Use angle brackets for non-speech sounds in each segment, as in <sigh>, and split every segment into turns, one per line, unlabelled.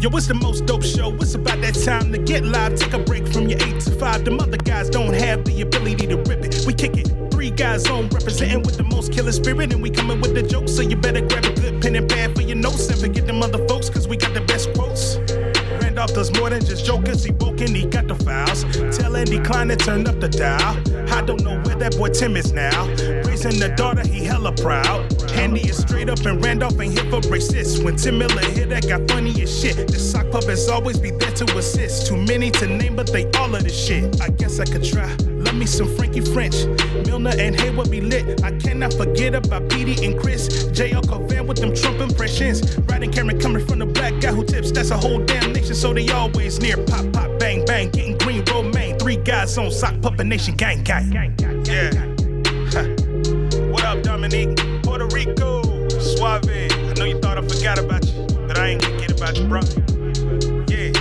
Yo, it's the most dope show. It's about that time to get live. Take a break from your eight to five. Them other guys don't have the ability to rip it. We kick it. Three guys on representing with the most killer spirit, and we coming with the jokes. So you better grab a good pen and pad for your notes and forget them other folks, cause we got the best quotes. Randolph does more than just jokers. He woke and he got the files. Tell Andy Klein to turn up the dial. I don't know where that boy Tim is now. Raising the daughter, he hella proud. Andy is straight up and Randolph ain't here for racist. When Tim Miller hit that got funny as shit. The sock puppets always be there to assist. Too many to name, but they all of the shit. I guess I could try. Love me some Frankie French. Milner and Hayward be lit. I cannot forget about Petey and Chris. J.L. Covan with them Trump impressions. Riding camera coming from the black guy who tips. That's a whole damn nation, so they always near. Pop, pop, bang, bang. Getting green, romaine. Three guys on sock puppet nation gang, gang. Yeah. Huh. What up, Dominique? Puerto Rico. Suave. I know you thought I forgot about you, but I ain't gonna get about you, bro. Yeah.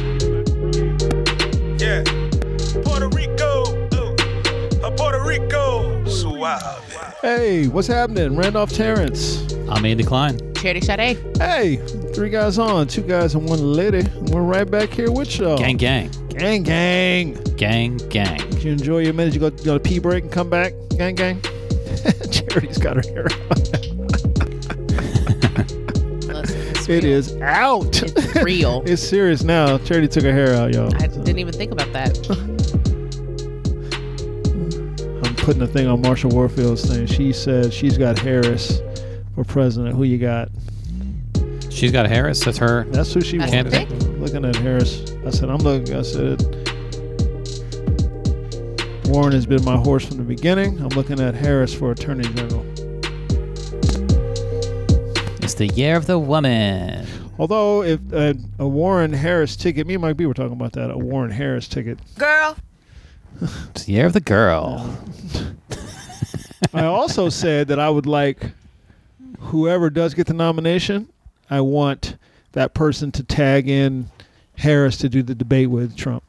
Yeah. Puerto Rico. Ooh. Uh, Puerto Rico. Suave.
Hey, what's happening? Randolph Terrence.
I'm Andy Klein.
Charity Sade.
Hey, three guys on, two guys and one lady. We're right back here with y'all.
Gang, gang,
gang, gang.
gang, gang.
Did you enjoy your minute? You go, go to pee break and come back. Gang, gang. <laughs> Charity's got her hair. out.
Listen, it's
It
real.
is
<laughs>
out.
It's real.
it's serious now. Charity took her hair out, y'all.
I didn't even think about that.
I'm putting a thing on Marsha Warfield's thing. She said she's got Harris for president. Who you got?
She's got Harris. That's her.
That's who she
That's
wanted.
the
Looking at Harris, I said, "I'm looking." I said, "Warren has been my horse from the beginning. I'm looking at Harris for Attorney General."
It's the year of the woman.
Although, if uh, a Warren Harris ticket, me and Mike B were talking about that, a Warren Harris ticket.
Girl.
It's the year of the girl.
I also said that I would like whoever does get the nomination, I want that person to tag in Harris to do the debate with Trump.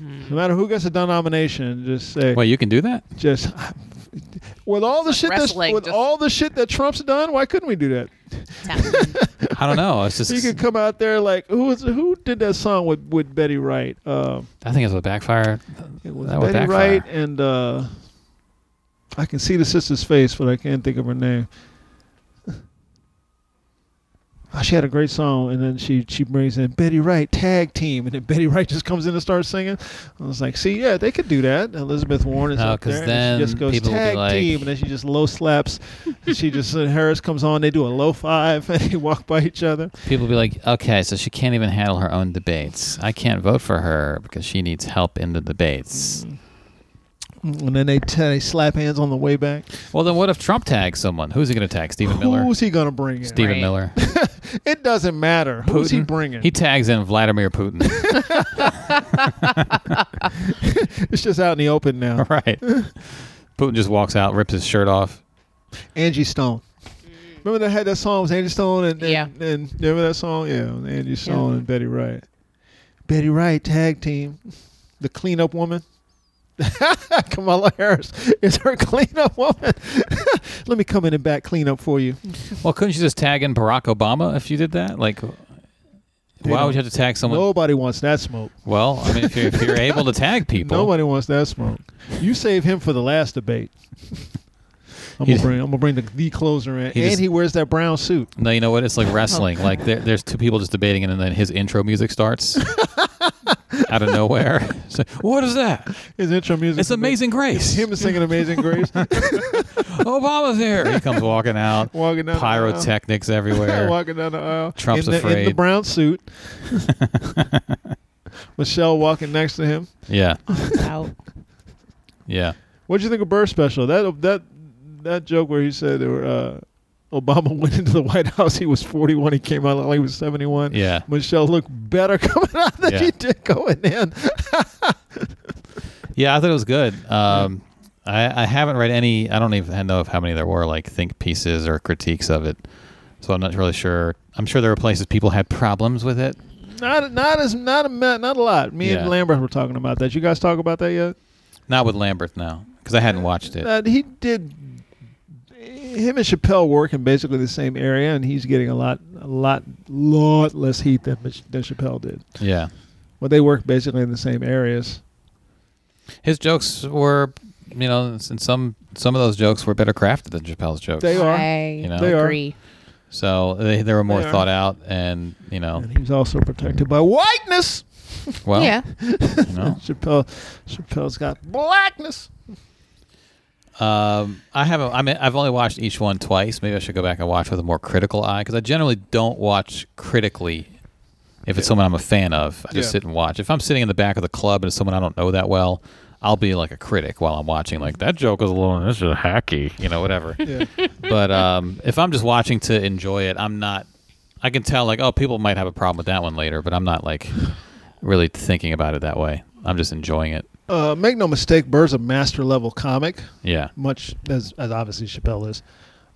No matter who gets the nomination, just say
Wait, you can do that?
just with all the shit that's
wrestling,
with
just-
all the shit that Trump's done, why couldn't we do that?
I don't know. It's just.
<laughs> You could come out there like who was who did that song with with Betty Wright? Um,
I think it's with backfire.
It was
That would
Betty
backfire.
Wright and uh, I can see the sister's face, but I can't think of her name. <laughs> Oh, she had a great song, and then she she brings in Betty Wright tag team, and then Betty <laughs> Wright just comes in and starts singing. I was like, see, yeah, they could do that. Elizabeth Warren is
No,
up
'cause
there, and she
then
just goes
people will be
tag
like-
team, and then she just low slaps. and she just and Harris comes on, they do a low five, <laughs> and they walk by each other.
People be like, okay, so she can't even handle her own debates. I can't vote for her because she needs help in the debates.
Mm. And then they, t- they slap hands on the way back.
Well, then what if Trump tags someone? Who's he going to tag? Stephen Miller?
Who's he gonna bring in?
Stephen
Right.
Miller.
It doesn't matter. Who's he
Putin?
bringing?
He tags in Vladimir Putin. <laughs>
it's just out in the open now. <laughs>
right. Putin just walks out, rips his shirt off.
Angie Stone. Remember that had that song was Angie Stone and, and
Yeah.
and remember that song? Yeah, it was Angie Stone and Betty Wright. Betty Wright tag team, the cleanup woman. <laughs> Kamala Harris is her cleanup woman. <laughs> Let me come in and back clean up for you.
Well, couldn't you just tag in Barack Obama if you did that? Like, why
don't-
would you have to tag someone?
Nobody wants that smoke.
Well, I mean, if you're, if you're able to tag people,
Nobody wants that smoke. You save him for the last debate. <laughs> I'm
He-
gonna bring. I'm gonna bring the, the closer in,
He
and
just-
he wears that brown suit.
no, you know what? It's like wrestling. Like there, there's two people just debating, and then his intro music starts out of nowhere. So, what is that?
His intro music.
It's Amazing
<laughs>
Grace.
Him singing Amazing
<laughs>
Grace.
Obama's here. He comes
<laughs>
walking out.
Walking down the aisle. <laughs>
Pyrotechnics everywhere.
walking down the aisle.
Trump's
in the, In the
afraid.
brown
<laughs>
suit. <laughs> Michelle walking next to him.
yeah,
Out.
yeah.
What'd you think of Burr's special? That that that joke where he said there were, uh, Obama <laughs> went into the White House. He was 41. He came out like he was 71.
Yeah.
Michelle looked better <laughs> coming out than
Yeah.
she did going in.
Yeah, I thought it was good. Um, I, I haven't read any. I don't even know if how many there were like think pieces or critiques of it, so I'm not really sure. I'm sure there were places people had problems with it.
Not not as not a ma- not a lot. Me
Yeah.
and Lambert were talking about that. You guys talk about that yet? <laughs>
Not with Lambert now, because I hadn't watched it.
That he did. Uh, him and Chappelle work in basically the same area, and he's getting a lot, a lot, lot less heat than Mich- than Chappelle did.
Yeah.
But they work basically in the same areas.
His jokes were, you know, and some some of those jokes were better crafted than Chappelle's jokes.
They are.
I
You know?
They are.
agree.
So they, they were more
They are.
thought out, and you know,
And he's also protected by whiteness.
well,
yeah.
you know.
Chappelle, Chappelle's got blackness.
Um, I haven't. I mean, I've only watched each one twice. Maybe I should go back and watch with a more critical eye because I generally don't watch critically. If it's someone I'm a fan of, I just
Yeah.
sit and watch. If I'm sitting in the back of the club and it's someone I don't know that well, I'll be like a critic while I'm watching. Like that <laughs> joke is a little, this is hacky, you know, whatever.
Yeah.
but um, if I'm just watching to enjoy it, I'm not. I can tell like, oh, people might have a problem with that one later, but I'm not like really thinking about it that way. I'm just enjoying it.
Uh, make no mistake, Burr's a master level comic,
Yeah.
much as, as obviously Chappelle is.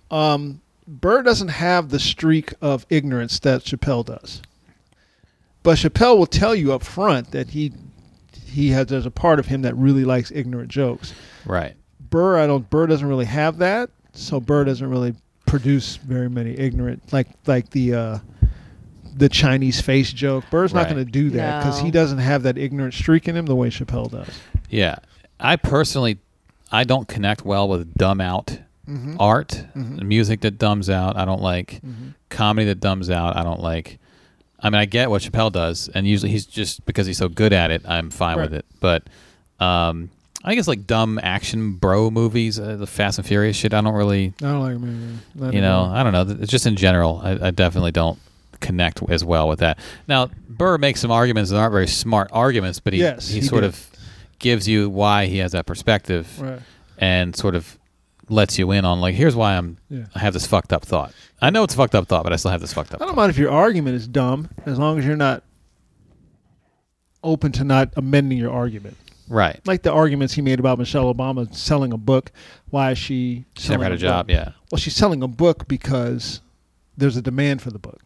Um, Burr doesn't have the streak of ignorance that Chappelle does, but Chappelle will tell you up front that he he has there's a part of him that really likes ignorant jokes.
Right.
Burr, I don't. Burr doesn't really have that, so Burr doesn't really produce very many ignorant like like the uh, the Chinese face joke. Burr's not
Right.
going to do that because
No.
he doesn't have that ignorant streak in him the way Chappelle does.
Yeah. I personally, I don't connect well with dumb out art, music that dumbs out. I don't like comedy that dumbs out. I don't like. I mean, I get what Chappelle does, and usually he's just because he's so good at it, I'm fine with
Right.
it. But um, I guess like dumb action bro movies, uh, the Fast and Furious shit, I don't really,
I don't like him.
you know, I don't know. It's just in general, I, I definitely don't connect as well with that. Now, Burr makes some arguments that aren't very smart arguments, but he,
Yes,
he,
he
sort
did.
of gives you why he has that perspective
Right.
and sort of lets you in on like here's why I'm
Yeah.
I have this fucked up thought. I know it's a fucked up thought, but I still have this fucked up.
I don't
thought.
mind if your argument is dumb as long as you're not open to not amending your argument.
Right.
Like the arguments he made about Michelle Obama selling a book. Why is she?
She never had a job,
Yeah.
yeah.
Well, she's selling a book because there's a demand for the book.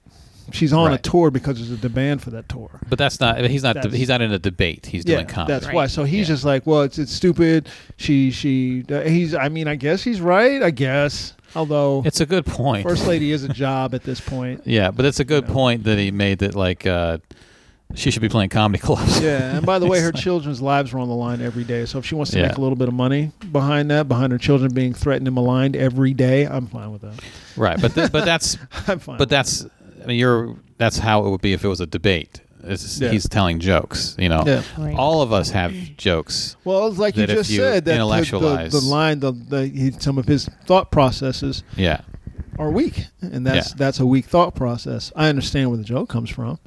She's on a
Right.
tour because there's a demand for that tour.
But that's not I mean, he's not
That's-
he's not in a debate. He's doing comedy.
that's why.
Right.
So he's
Yeah.
just like, well, it's it's stupid. She she uh, he's. I mean, I guess he's right. I guess. Although
It's a good point.
first lady is a job at this point.
yeah, but it's a good
You know.
point that he made that like uh she should be playing comedy <laughs> clubs.
Yeah, and by the way, her
It's like-
children's lives are on the line every day. So if she wants to
Yeah.
make a little bit of money behind that, behind her children being threatened and maligned every day, I'm fine with that. <laughs>
Right, but th- but that's
I'm fine.
but that's I mean you're that's how it would be if it was a debate. It's just-
Yeah.
He's telling jokes, you know.
Yeah.
Right.
All of us have jokes.
Well, it's like you
that if
just
you
said, that the- the,
intellectualize-
the line, the, the he, some of his thought processes
Yeah.
are weak, and that's
Yeah.
that's a weak thought process. I understand where the joke comes from.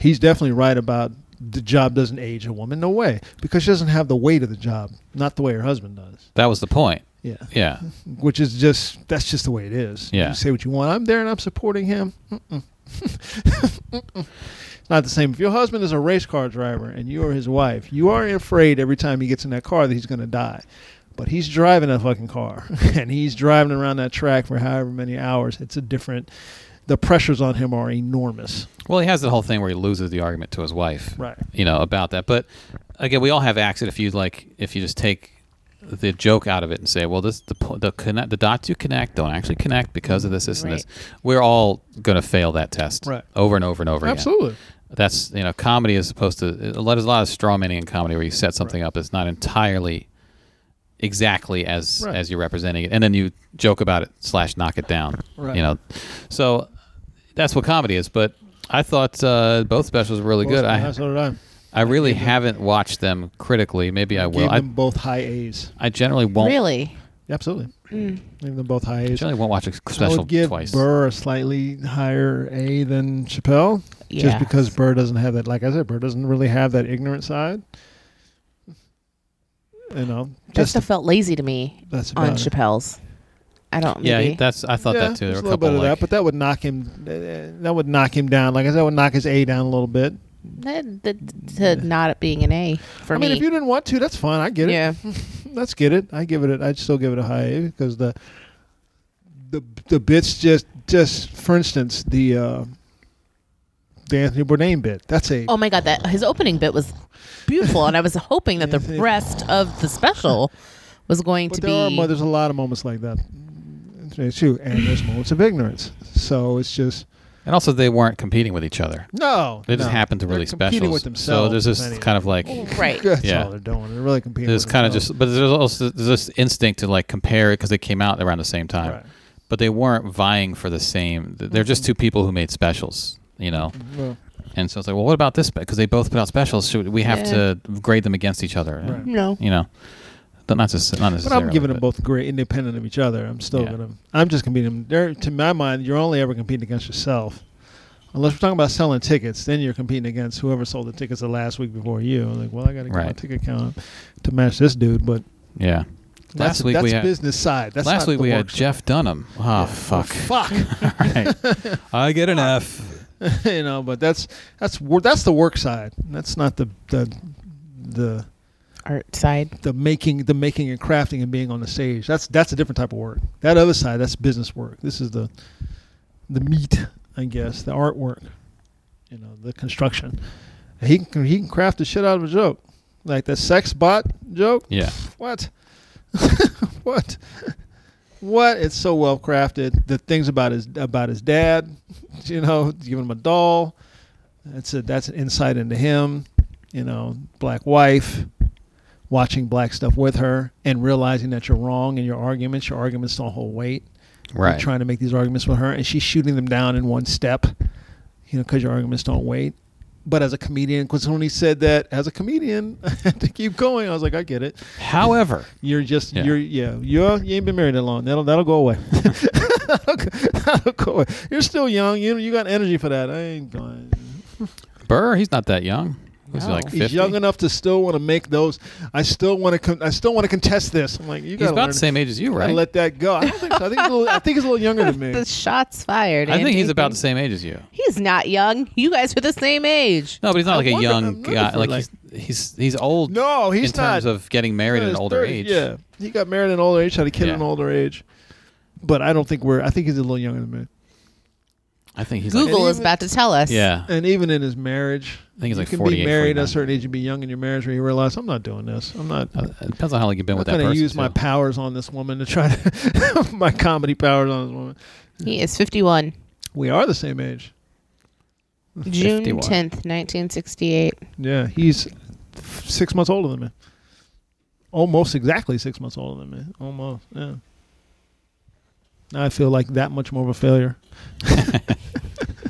He's definitely right about the job doesn't age a woman, no way, because she doesn't have the weight of the job, not the way her husband does.
That was the point.
Yeah,
Yeah.
which is just that's just the way it is.
Yeah.
you say what you want. I'm there and I'm supporting him. Mm-mm. <laughs> Mm-mm. Not the same. If your husband is a race car driver and you are his wife, you are afraid every time he gets in that car that he's going to die. But he's driving that fucking car <laughs> and he's driving around that track for however many hours. It's a different. The pressures on him are enormous.
Well, he has the whole thing where he loses the argument to his wife,
Right.
You know about that. But again, we all have acts that if you like, if you just take the joke out of it and say, well, this the po- the connect the dots you connect don't actually connect because of this, this, and this. We're all gonna fail that test,
Right.
Over and over and over again.
Absolutely.
That's you know, comedy is supposed to. There's a lot of straw manning in comedy where you set something up that's not entirely exactly as
Right.
as you're representing it, and then you joke about it slash knock it down.
Right.
You know, so that's what comedy is. But I thought uh, both specials were really good. I
so did I.
I really haven't watched them critically. Maybe I will.
Gave
I,
them both high A's.
I generally won't.
Really? Mm.
Absolutely. Gave them both high A's.
Generally won't watch a
I
special
would give
twice.
Burr a slightly higher A than Chappelle, just
Yeah.
because Burr doesn't have that. Like I said, Burr doesn't really have that ignorant side. You know,
That
just
stuff felt lazy to me
that's about
on
it.
Chappelle's. I don't.
yeah,
maybe.
he- that's. I thought
Yeah,
that too. There
there's a
were a
little
couple
bit of that,
like,
but that would knock him. uh, That would knock him down. Like I said, that would knock his A down a little bit.
That, that- to not it being an A for
I
me.
mean, if you didn't want to, that's fine. I get it.
yeah.
Let's get it. I give it. A, I'd still give it a high A because the the the bits just just for instance the uh, the Anthony Bourdain bit. That's a
Oh my god, that his opening bit was beautiful, and I was hoping that the
Anthony-
rest of the special was going
But
to
there
be.
are there's a lot of moments like that. 1972, and there's moments of ignorance. So it's just
And also, they weren't competing with each other.
no.
They just
no.
happened to
They're
release
competing
specials.
With themselves,
so there's this
anyway.
kind of like
<laughs>
Right.
That's
Yeah.
all they're doing. They're really competing.
there's
with
kind of
themselves.
just but there's also there's this instinct to like compare it because they came out around the same time,
Right.
but they weren't vying for the same. They're just two people who made specials, you know.
Well,
And so it's like, well, what about this? Because they both put out specials, so we have
Yeah.
to grade them against each other.
Right.
No.
You know, but not just not
but
necessarily.
I'm giving them both great, independent of each other. I'm still
Yeah.
gonna. I'm just competing. They're, to my mind, you're only ever competing against yourself. Unless we're talking about selling tickets, then you're competing against whoever sold the tickets the last week before you. Like, well, I got to get my
Right.
ticket count to match this dude. But
Yeah.
that's,
Last week
that's
we had
business side. That's
last
not
week
the
we had
work side.
Jeff Dunham. Oh
<laughs>
fuck.
Fuck.
<laughs> All
<laughs>
right. I get an F.
you know, but that's that's wor- that's the work side. That's not the the the
Art side.
the making the making and crafting and being on the stage that's that's a different type of work that other side that's business work this is the the meat i guess the artwork you know the construction he can he can craft the shit out of a joke like the sex bot joke
Yeah.
what <laughs> what what it's so well crafted the things about his about his dad <laughs> you know giving him a doll that's a that's an insight into him you know black wife watching black stuff with her and realizing that you're wrong in your arguments your arguments don't hold weight You're
Right.
trying to make these arguments with her and she's shooting them down in one step you know because your arguments don't weight but as a comedian because when he said that as a comedian <laughs> i had to keep going i was like i get it
However,
you're just
Yeah.
you're yeah you're you ain't been married that long. That'll that'll go
<laughs>
away. that'll, go- that'll go away. You're still young. You you got energy for that. I ain't going.
Burr, he's not that young. He's
No.
like
He's
50.
young enough to still want to make those. I still want to. Con- I still want to contest this. I'm like you
He's
got
about
to
the same age as you, right?
Let that go. I don't think so. I think he's a little, I think he's a little younger than
<laughs>
me.
The shots fired.
I think
Andy.
he's about the same age as you.
He's not young. You guys are the same age.
No, but he's not
I
like a
wonder-
young
I'm looking
guy.
for,
Like,
like-
he's, he's he's old.
No, he's
in terms
not.
of getting married
Yeah,
at an
he's
older
30.
age.
Yeah, he got married at an older age. Had a kid
Yeah.
at an older age. But I don't think we're. I think he's a little younger than me.
I think he's like
Google
And
is
even-
about to tell us.
yeah.
And even in his marriage,
I think he's
you
like
can
48,
be married at
49.
a certain age and be young in your marriage where you realize I'm not doing this. I'm not.
Uh, It depends on how long you've been
I'm
with that
going to
person.
use my
too.
powers on this woman to try to <laughs> my comedy powers on this woman.
He is 51.
We are the same age.
June
51.
10th, 1968.
Yeah, he's six months older than me. Almost exactly six months older than me. Almost. Yeah. Now I feel like that much more of a
<laughs>
failure. <laughs>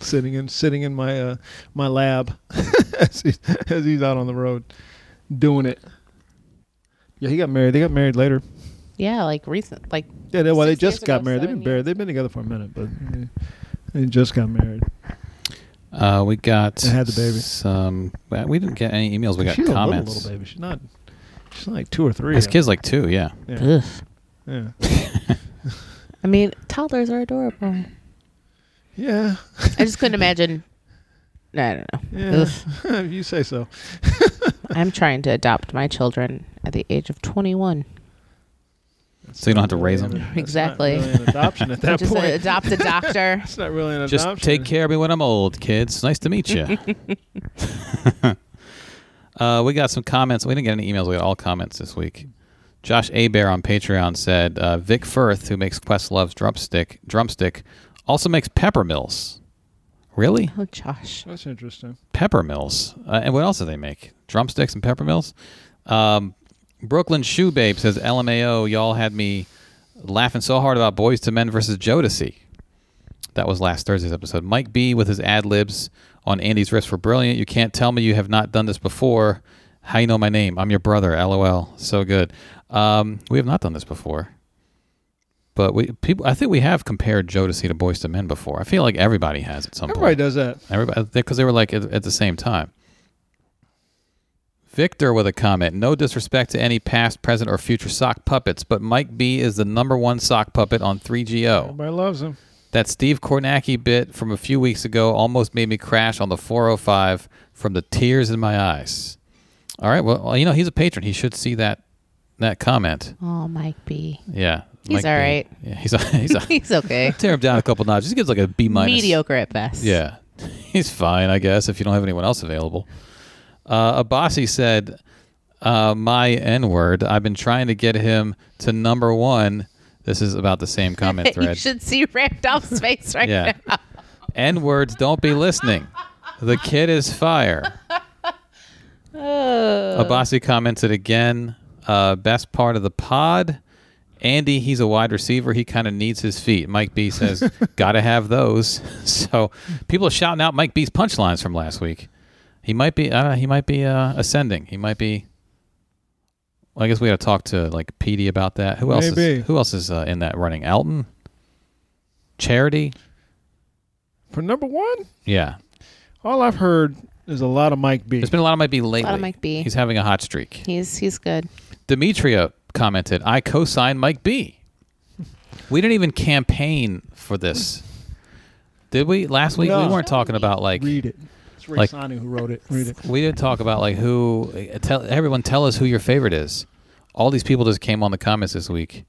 sitting in sitting in my uh, my lab <laughs> as, he's, as he's out on the road doing it. Yeah, he got married. They got married later.
Yeah, like recent. Like,
Yeah, they, well, they
Six
just
years
got
ago,
married. They've been
seven
married.
years.
They've been together for a minute, but they, they just got married.
Uh, we got
I had the baby.
Some well, we didn't get any emails. We got
she's
comments.
a little, little baby. She's not. She's not like two or three.
His kid's like two. Yeah.
Yeah.
ugh.
Yeah.
I mean, toddlers are adorable.
yeah.
I just couldn't imagine. I don't know.
Yeah, <laughs> you say so.
I'm trying to adopt my children at the age of 21.
So you don't have to raise 'em.
That's not
Exactly.
really an adoption
<laughs>
at that
Just
point.
adopt
<laughs>
a doctor.
That's not really an
Just
adoption.
take care of me when I'm old, kids. Nice to meet
<laughs>
you. <laughs> uh, we got some comments. We didn't get any emails. We got all comments this week. Josh Abear on Patreon said uh, Vic Firth, who makes Questlove's drumstick, drumstick, also makes pepper mills. Really?
oh, Josh.
That's interesting.
pepper mills. Uh, and what else do they make? Drumsticks and pepper mills. Um, Brooklyn Shoe Babe says, "LMAO, y'all had me laughing so hard about Boys to Men versus Jodeci." That was last Thursday's episode. Mike B with his ad libs on Andy's wrist were brilliant. You can't tell me you have not done this before. How you know my name? I'm your brother. LOL. So good. Um, we have not done this before, but we people. I think we have compared Jodeci to Boys to Men before. I feel like everybody has at some
Everybody
point.
does that.
Everybody, because they were like at, at the same time. Victor with a comment. No disrespect to any past, present, or future sock puppets, but Mike B is the number one sock puppet on 3GO.
Everybody loves him.
That Steve Kornacki bit from a few weeks ago almost made me crash on the 405 from the tears in my eyes. All right, well, you know he's a patron. He should see that that comment.
Oh, Mike B.
Yeah,
He's
Mike
all
B.
right.
Yeah, he's a, <laughs> he's a,
<laughs> He's okay.
tear him down a couple notches. He gives like a B minus.
Mediocre at best.
Yeah, <laughs> he's fine, I guess, if you don't have anyone else available. Uh, Abasi said, uh, "My N word. I've been trying to get him to number one This is about the same comment
<laughs> you
thread.
should see Randolph's face <laughs> right
yeah.
now.
N words, don't be listening. The kid is fire. Abasi commented again. Uh, best part of the pod. Andy, he's a wide receiver. He kind of needs his feet. Mike B says, "Gotta have those." <laughs> So people are shouting out Mike B's punchlines from last week. He might be, I don't know, he might be uh, ascending. He might be. Well, I guess we got to talk to like Petey about that. Who else?
Maybe.
Is, who else is uh, in that running? Elton, Charity.
For number one,
Yeah,
all I've heard is a lot of Mike B.
There's been a lot of Mike B lately.
Mike B.
He's having a hot streak.
He's he's good.
Demetria commented, I co signed Mike B. We didn't even campaign for this. Did we? Last week,
No.
we weren't talking about like.
Read it. It's Ray
Like-
Sanu who wrote it. Read it.
We didn't talk about like who. eh, Tell Everyone tell us who your favorite is. All these people just came on the comments this week.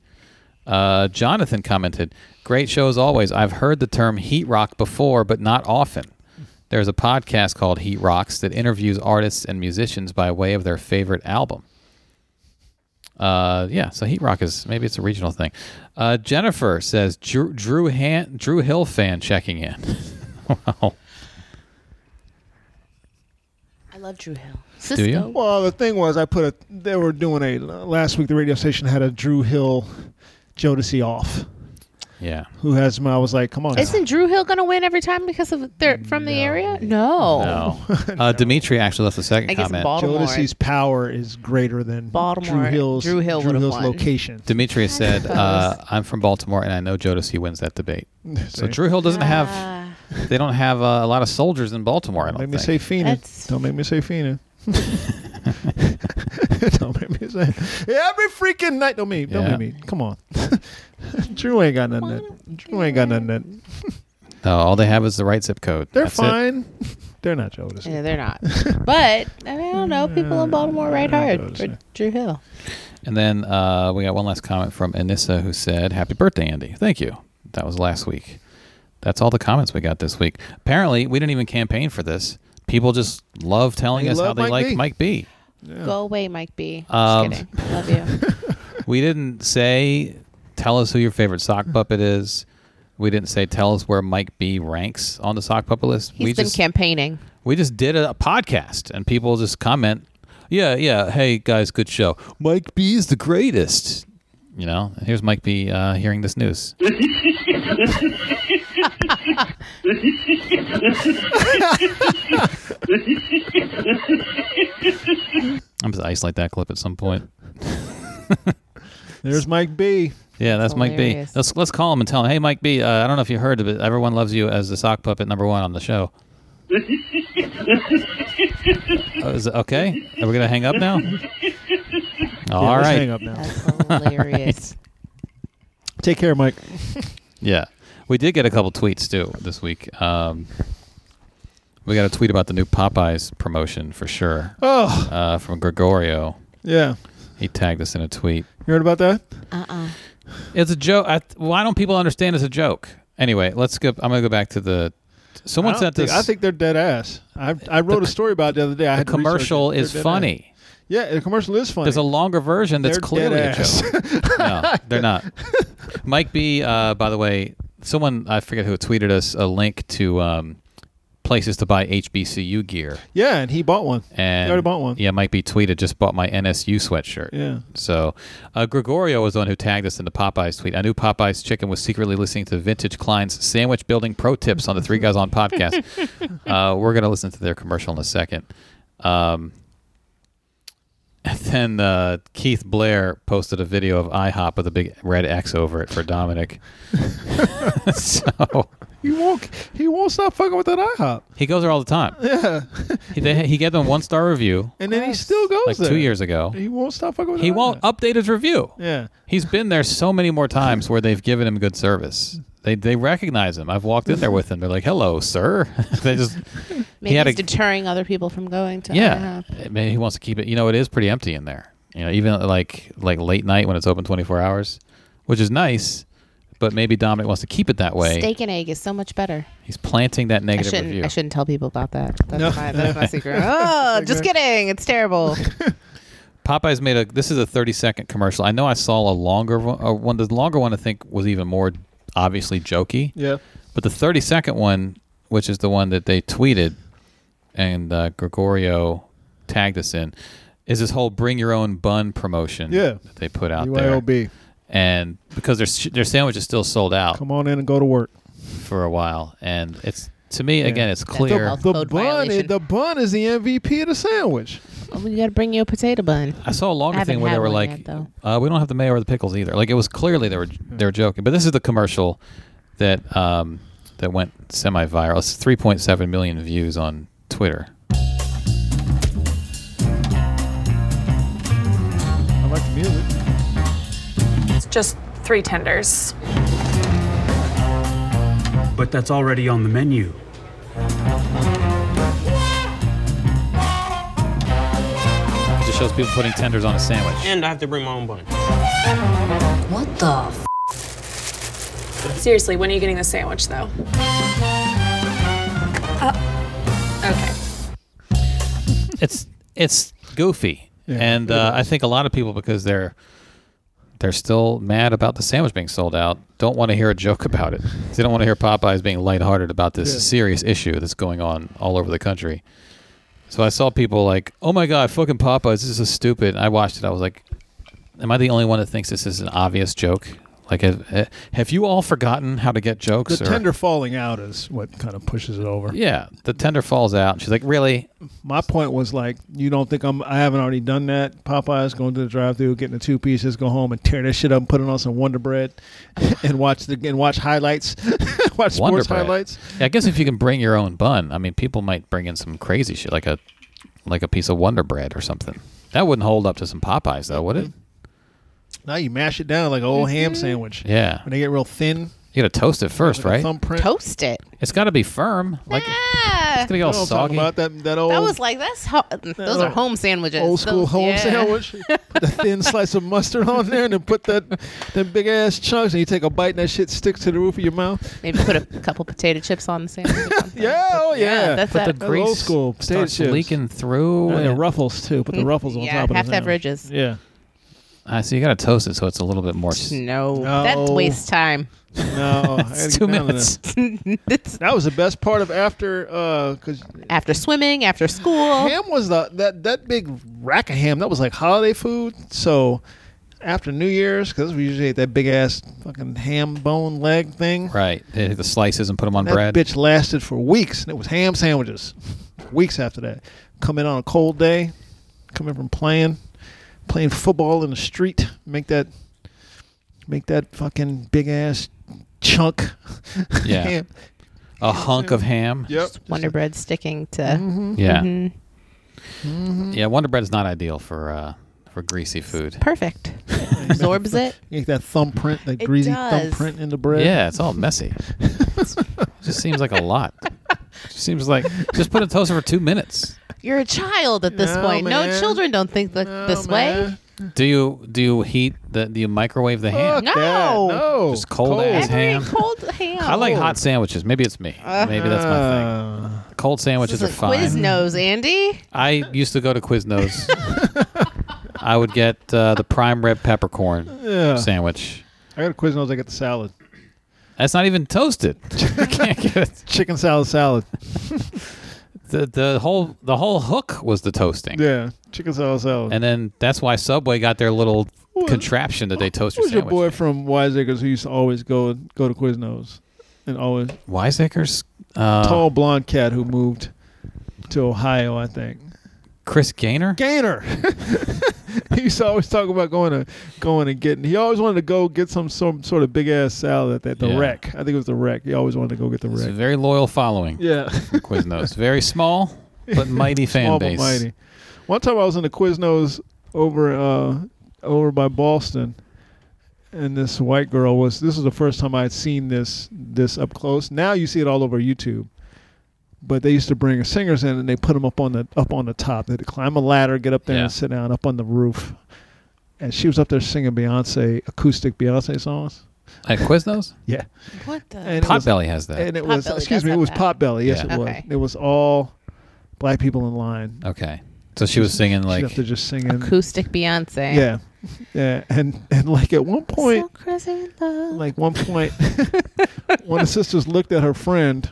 Uh, Jonathan commented, Great show as always. I've heard the term heat rock before, but not often. There's a podcast called Heat Rocks that interviews artists and musicians by way of their favorite album. Uh, yeah, so Heat Rock is maybe it's a regional thing. Uh, Jennifer says Drew Drew, Han, Drew Hill fan checking in. wow.
I love Drew Hill.
Do you?
Well, the thing was, I put a. They were doing a last week. The radio station had a Drew Hill, Jodeci off.
Yeah.
Who has my? I was like, come on.
Isn't Drew Hill going to win every time because of they're from the area? No.
No. Uh, Dimitri actually left the second
I guess
comment.
Baltimore.
Jodeci's power is greater than
Baltimore.
Drew Hill's
Drew Hill would've
Hill's
won.
location.
Demetrius said, uh, "I'm from Baltimore, and I know Jodeci wins that debate." So
<laughs> See?
Drew Hill doesn't have
Ah,
they don't have uh, a lot of soldiers in Baltimore. I don't
Make me
think.
say Fina.
That's-
Don't make me say
<laughs>
Fina. don't make me say every freaking night. Don't make me. Don't
Yeah.
make me. Come on. <laughs> Drew ain't got nothing. That. Drew ain't got nothing. That.
No, all they have is the right zip code.
They're
That's it.
fine. They're not Jodeci.
yeah, they're not.
<laughs>
But I, mean, I don't know. People in Baltimore ride hard for Drew Hill.
And then uh, we got one last comment from Anissa who said, Happy birthday, Andy. Thank you. That was last week. That's all the comments we got this week. Apparently, we didn't even campaign for this. People just love telling
They
us how
love
they
Mike
like
B.
Mike B.
Go away, Mike B. Just
Um,
kidding.
<laughs>
Love you.
We didn't say, Tell us who your favorite
Mm.
sock puppet is. We didn't say, Tell us where Mike B ranks on the sock puppet list.
He's
we
been
just
campaigning.
we just did a podcast and people just comment, yeah, yeah, hey guys, good show. Mike B is the greatest. You know, here's Mike B uh, hearing this news. I'm just isolate that clip at some point.
There's Mike B.
Yeah, that's Mike B.
hilarious.
Let's let's call him and tell him, hey Mike B, uh, I don't know if you heard, but everyone loves you as the sock puppet number one on
<laughs>
the show. Oh, is it okay? Are we gonna hang
<laughs>
up now?
Yeah,
All
let's
right.
Hang up now.
<laughs> That's hilarious.
Take care, Mike.
Yeah, we did get a couple tweets too this week. Um, we got a tweet about the new Popeyes promotion for sure
Oh
uh, from Gregorio.
yeah.
He tagged us in a tweet.
You heard about that?
Uh-uh.
It's a joke. I, why don't people understand it's a joke? Anyway, let's go. I'm gonna go back to the.
I
Someone
don't
sent
think-
this.
I think they're dead ass. I, I wrote
The-
a story about it the other day. I
the
had to research
commercial
it. They're
is
dead
funny.
ass. Yeah, the commercial is funny.
There's a longer version that's
They're
clearly a
dead ass.
joke. <laughs> no,
<laughs>
they're not. Mike B, uh, by the way, someone I forget who tweeted us a link to um, places to buy HBCU gear.
yeah, and he bought one.
And
he already bought one.
Yeah, Mike B tweeted just bought my NSU sweatshirt.
Yeah.
So uh, Gregorio was the one who tagged us in the Popeyes tweet. I knew Popeyes chicken was secretly listening to Vintage Klein's sandwich building pro tips on the Three Guys on podcast. uh, we're gonna listen to their commercial in a second. Um, and then uh, Keith Blair posted a video of IHOP with a big red X over it for Dominic. <laughs> so
He won't. He won't stop fucking with that IHOP.
he goes there all the time. Yeah. he, they, he gave them one star review
And then he still goes
like
there.
two years ago.
He won't stop fucking with.
He
that
won't
IHOP.
update his review.
Yeah.
He's been there so many more times where they've given him good service. They they recognize him. I've walked in there with him. They're like, "Hello, sir." <laughs> they just
Maybe
had
he's
a-
deterring other people from going to
yeah.
IHOP.
I mean, he wants to keep it. You know, it is pretty empty in there. You know, even like like late night when it's open twenty four hours, which is nice. But maybe Dominic wants to keep it that way.
Steak and egg is so much better.
He's planting that
I
negative
shouldn't.
review.
I shouldn't
<laughs>
tell people about that. That's
No. <laughs>
my that's my secret. Oh, just kidding. It's terrible.
Popeyes made a. This is a 30 second commercial. I know I saw a longer one. uh, one the longer one I think was even more obviously jokey.
Yeah.
But the 30 second one, which is the one that they tweeted and uh, Gregorio tagged us in, is this whole bring your own bun promotion
Yeah.
that they put out there.
UIOB.
And because their, sh- their sandwich is still sold out
Come on in and go to work.
for a while. And it's, to me, again, it's
The
clear.
health
The
code
bun, is,
violation.
the bun is the MVP of the sandwich.
Oh, we gotta bring you a potato bun.
I saw a longer
I
thing
haven't
where they
had
were
one
like,
yet, though.
uh, "We don't have the mayo or the pickles either." Like it was clearly they were they were joking. But this is the commercial that um, that went semi-viral. It's 3.7 million views on Twitter.
I like the music.
It's just three tenders.
But that's already on the menu.
It just shows people putting tenders on a sandwich.
And I have to bring my own bun.
What the f?
Seriously, when are you getting the sandwich, though? okay.
It's it's goofy,
Yeah,
and
it
uh, I think a lot of people because they're they're still mad about the sandwich being sold out. Don't want to hear a joke about it. They don't want to hear Popeyes being lighthearted about this
Yeah.
serious issue that's going on all over the country. So I saw people like, "Oh my god, fucking Popeyes! This is so stupid." And I watched it. I was like, "Am I the only one that thinks this is an obvious joke?" Like, have, have you all forgotten how to get
The
jokes? or-
tender falling out is what kind of pushes it over.
yeah, the tender falls out. and She's like, "Really?
My point was like, you don't think I'm? I haven't already done that. Popeyes going to the drive-through, getting the two pieces, go home and tear that shit up, and put it on some Wonder Bread, <laughs> and watch the and watch highlights, <laughs> watch
Wonder
sports
Bread.
highlights.
Yeah, I guess if you can bring your own bun, I mean, people might bring in some crazy shit, like a like a piece of Wonder Bread or something. That wouldn't hold up to some Popeyes, though, would it?
Mm-hmm. Now you mash it down like an old ham sandwich.
Yeah,
When they get real thin,
you gotta toast it first,
like a
right?
thumbprint.
Toast it.
It's gotta be firm. Like it's
Ah,
gonna be
You
all
know what I'm talking
soggy.
about that that old
that was like that's ho- those are home sandwiches.
old school
Those-
home
yeah. <laughs>
sandwich. Put a thin slice of mustard on there, and then put that that big ass chunks, and you take a bite, and that shit sticks to the roof of your mouth.
Maybe put a couple potato chips on the sandwich. or something.
Yeah, oh yeah.
that's
But the
that.
That's
grease
old school potato
starts
chips.
leaking through.
And the
and-
ruffles too. Put <laughs> the ruffles on
Mm, yeah,
top of
half
the
that
sandwich.
ridges.
Yeah.
Ah, so you gotta toast it so it's a little bit more. s-
Mm.
No,
No.
that wastes time. <laughs>
No, I gotta
It's
get
two
down to
minutes. <laughs>
that. That was the best part of after, uh 'cause
After swimming, after school,
ham was the that that big rack of ham. That was like holiday food. So after New Year's, because we usually ate that big ass fucking ham bone leg thing.
Right, they take the slices and put them on
That
bread.
bitch lasted for weeks, and it was ham sandwiches. <laughs> Weeks after that, come in on a cold day, come in from playing, playing football in the street, make that, make that fucking big ass chunk.
Yeah.
ham.
a hunk of ham.
Yep.
Wonder Bread sticking to
Mm. Mm-hmm.
Mm-hmm.
Yeah, yeah. Wonder Bread's not ideal for uh, for
<laughs>
greasy food.
perfect. Absorbs it.
Make that thumbprint, that
It
greasy
does.
thumbprint in the bread.
Yeah, it's all messy. just seems like a lot. Just seems like just put a toaster for two minutes.
You're a child at this
No,
point.
man.
No children don't think th-
No,
this way.
man.
Do you do you heat the do you microwave the ham?
Fuck that.
No.
No.
Just cold ass
Every
ham.
cold ham.
I like hot sandwiches. Maybe it's me. Maybe that's my
Uh,
thing. Cold sandwiches
This
are
is
fine.
Quiznos, Andy.
I used to go to Quiznos. I would get uh, the prime rib peppercorn
yeah.
sandwich.
I got a Quiznos. I get the salad.
That's not even toasted. <laughs> I can't get it.
Chicken salad
<laughs>
salad.
The, the whole the whole hook was the toasting.
Yeah. Chicken salad salad.
And then that's why Subway got their little
What-
contraption that they toast
Who
your
was your
sandwich.
boy from Wiseacres who used to always go go to Quiznos, and always
Wiseacres? Uh,
tall blonde cat who moved to Ohio, I think.
Chris Gaynor?
Gainer. <laughs> he used to always talk about going to going and getting. He always wanted to go get some some sort of big ass salad at that the
Yeah.
wreck. I think it was the wreck. He always wanted to go get the
It's a
wreck.
very loyal following.
Yeah,
for Quiznos. Very small
<laughs>
but mighty fan
small but
base.
mighty. One time I was in the Quiznos over uh over by Boston. And this white girl was. This was the first time I had seen this this up close. Now you see it all over YouTube. But they used to bring singers in, and they put them up on the up on the top. They'd climb a ladder, get up there,
Yeah.
and sit down up on the roof. And she was up there singing Beyonce acoustic Beyonce songs.
At Quiznos?
Yeah,
What the?
and it was-
Potbelly has that.
and it
Potbelly
was excuse
does
me, it
have
was
that.
Potbelly. Yes,
Yeah.
it was.
Okay.
It was all black people in line
okay. So she was singing
She'd
like
have to just sing in.
Acoustic Beyonce.
Yeah, yeah, and and like at one
So
point,
crazy in love.
like one point, one of the sisters looked at her friend,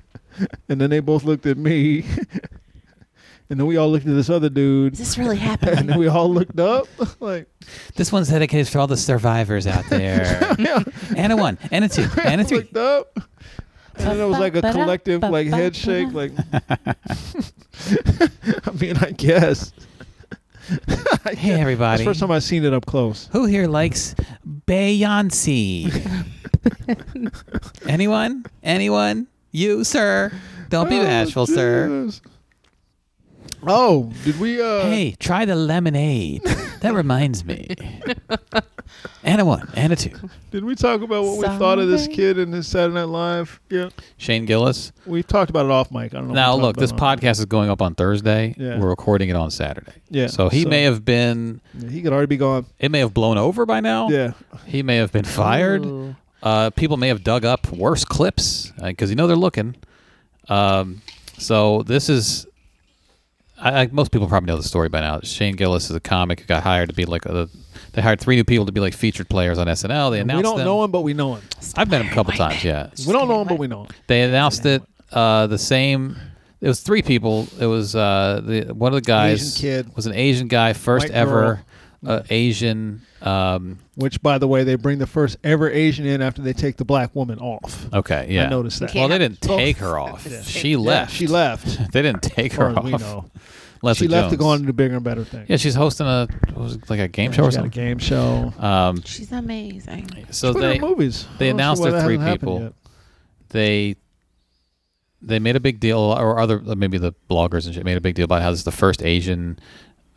<laughs> and then they both looked at me, <laughs> and then we all looked at this other dude,
Is this really
<laughs> and then
happening?
we all looked up <laughs> like
this one's dedicated for all the survivors
<laughs>
out there. and a one, and a two, and a three.
looked up. And then it was like a collective like head shake, like <laughs> I mean, I guess. <laughs> I
Hey
guess. That's
everybody.
the first time I've seen it up close.
Who here likes
<laughs>
Beyonce? Anyone? Anyone? You, sir. Don't be
Oh,
bashful, sir.
Jesus. Oh, did we? uh
Hey, try the lemonade. That reminds <laughs> me. and a one, and a two.
Did we talk about what we thought of this
Sorry.
kid and his Saturday Night Live? Yeah,
Shane Gillis.
we talked about it off mic. I don't know. if we
Now,
talked
look,
about
this
it on-
podcast is going up on Thursday.
Yeah.
We're recording it on Saturday.
Yeah,
So he
so-
may have been,
He could already be gone.
it may have blown over by now.
Yeah,
He may have been fired.
Ooh.
Uh, people may have dug up worse clips because you know they're looking. Um, so this is, I, I, most people probably know the story by now. Shane Gillis is a comic who got hired to be like a, they hired three new people to be like featured players on SNL. They announced
we don't
them.
know him, but we know him.
I've met him a couple times. Yeah,
We don't know him, but we know him.
they announced it. Uh, the same. It was three people. It was uh, the one of the guys
Asian kid.
was an Asian guy, first
White
ever uh, Asian. Um,
Which, by the way, they bring the first ever Asian in after they take the black woman off.
okay, yeah,
noticed that.
Well, they
Yeah.
didn't take her off. She
<laughs> Yeah,
left.
she left. As
They didn't take
far
her
as
off.
we know,
<laughs> Leslie
she left to
Jones.
go on to do bigger and better things.
Yeah, she's hosting a what was it, like a game show or
She's got a
something.
game show.
Um,
She's amazing.
so
What
they
are movies.
they
I don't see
announced
why
they're
that
three
hasn't happened
people.
yet.
they they made a big deal, or other maybe the bloggers and shit made a big deal about how this is the first Asian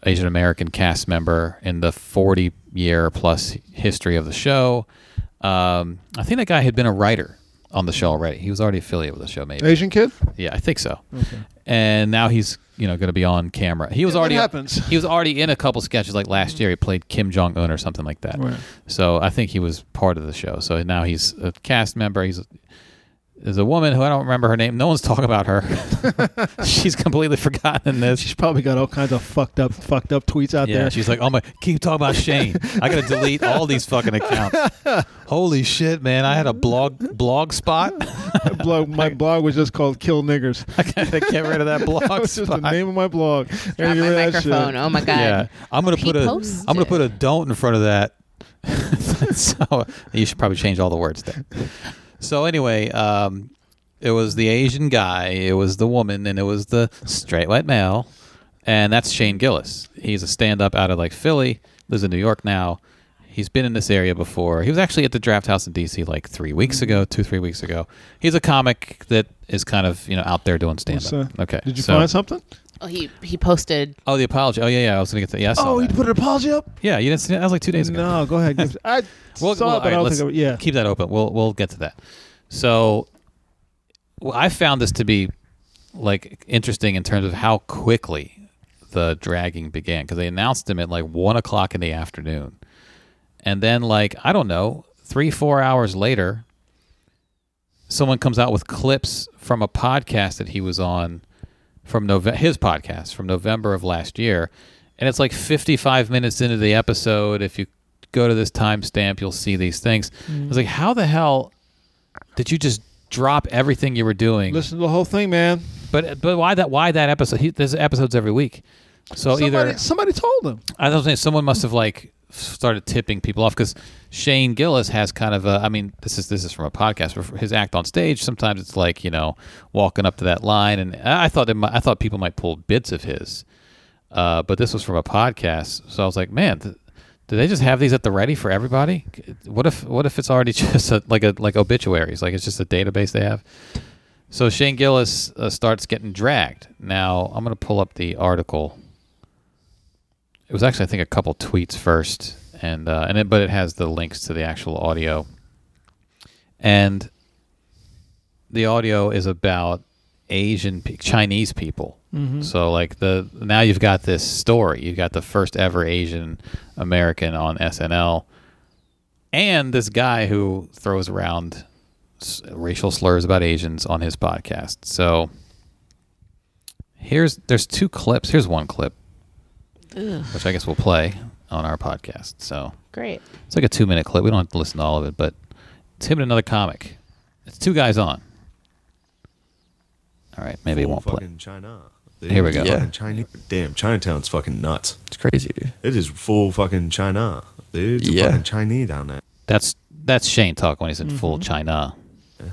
Asian American cast member in the 40 year plus history of the show. Um, I think that guy had been a writer on the show already. He was already affiliated with the show, maybe.
Asian kid.
Yeah, I think so. And now he's you know going to be on camera. He was
Yeah, that
already
happens.
He was already in a couple sketches like last year. He played Kim Jong Un or something like that.
Right.
So I think he was part of the show. So now he's a cast member. He's there's a woman who I don't remember her name. No one's talking about her. <laughs> she's completely forgotten in this.
She's probably got all kinds of fucked up, fucked up tweets out
Yeah,
there.
she's like, oh my, keep talking about Shane. I gotta delete all these fucking
<laughs>
accounts. Holy shit, man! I had a blog blog spot. <laughs>
my, blog, <laughs> my blog was just called "Kill Niggers."
I gotta get rid of that blog
That was just the
spot.
name of my blog.
Drop
And you
my
read that shit.
microphone. Oh my god.
Yeah, I'm gonna
He
put a
posted.
am gonna put a don't in front of that. <laughs> so you should probably change all the words there. So anyway, um, it was the Asian guy, it was the woman, and it was the straight white male, and that's Shane Gillis. He's a stand up out of like Philly, lives in New York now. He's been in this area before. He was actually at the Draft House in DC like three weeks ago, two three weeks ago. He's a comic that is kind of you know out there doing stand
So,
up. Okay,
Did you
so-
find something?
Oh, he he posted.
Oh, the apology. Oh yeah, yeah. I was gonna get that. Yeah, I saw
Oh, he
that.
put an apology up.
Yeah, you didn't see that. That was like two days ago.
No, go ahead. Give- I
Well,
saw
well,
it, but I
all
don't
right,
think. I,
let's
yeah,
keep that open. We'll we'll get to that. So, well, I found this to be like interesting in terms of how quickly the dragging began because they announced him at like one o'clock in the afternoon, and then like I don't know, three four hours later, someone comes out with clips from a podcast that he was on from Nove- his podcast from November of last year, and it's like 55 minutes into the episode. If you go to this timestamp, you'll see these things. I
Mm.
was like, how the hell did you just drop everything you were doing?
listen to the whole thing, man.
But but why that why that episode? He, there's episodes every week, so
Somebody,
either
somebody told him.
I don't think someone must have like started tipping people off because Shane Gillis has kind of a. I mean, this is this is from a podcast. But for his act on stage, sometimes it's like you know walking up to that line, and I I thought it might, I thought people might pull bits of his, uh, but this was from a podcast, so I was like, man. Th- do they just have these at the ready for everybody? What if what if it's already <laughs> just a, like a like obituaries, like it's just a database they have? So Shane Gillis uh, starts getting dragged. Now I'm going to pull up the article it was actually I think a couple tweets first, and uh, and it, but it has the links to the actual audio, and the audio is about Asian pe- Chinese people. So like the now you've got this story, you've got the first ever Asian American on SNL, and this guy who throws around s- racial slurs about Asians on his podcast. So Here's there's two clips. Here's one clip, which I guess we'll play on our podcast. So
Great.
it's like a two minute clip. We don't have to listen to all of it, but it's him and another comic. It's two guys on. All right, maybe it
Full
won't play.
fucking China.
Here we go.
Fucking
Yeah.
Chinese. Damn, Chinatown's fucking nuts.
It's crazy, dude.
It is full fucking China. It's
Yeah.
fucking Chinese down there.
That's that's Shane talk when he's in
Mm-hmm.
full China.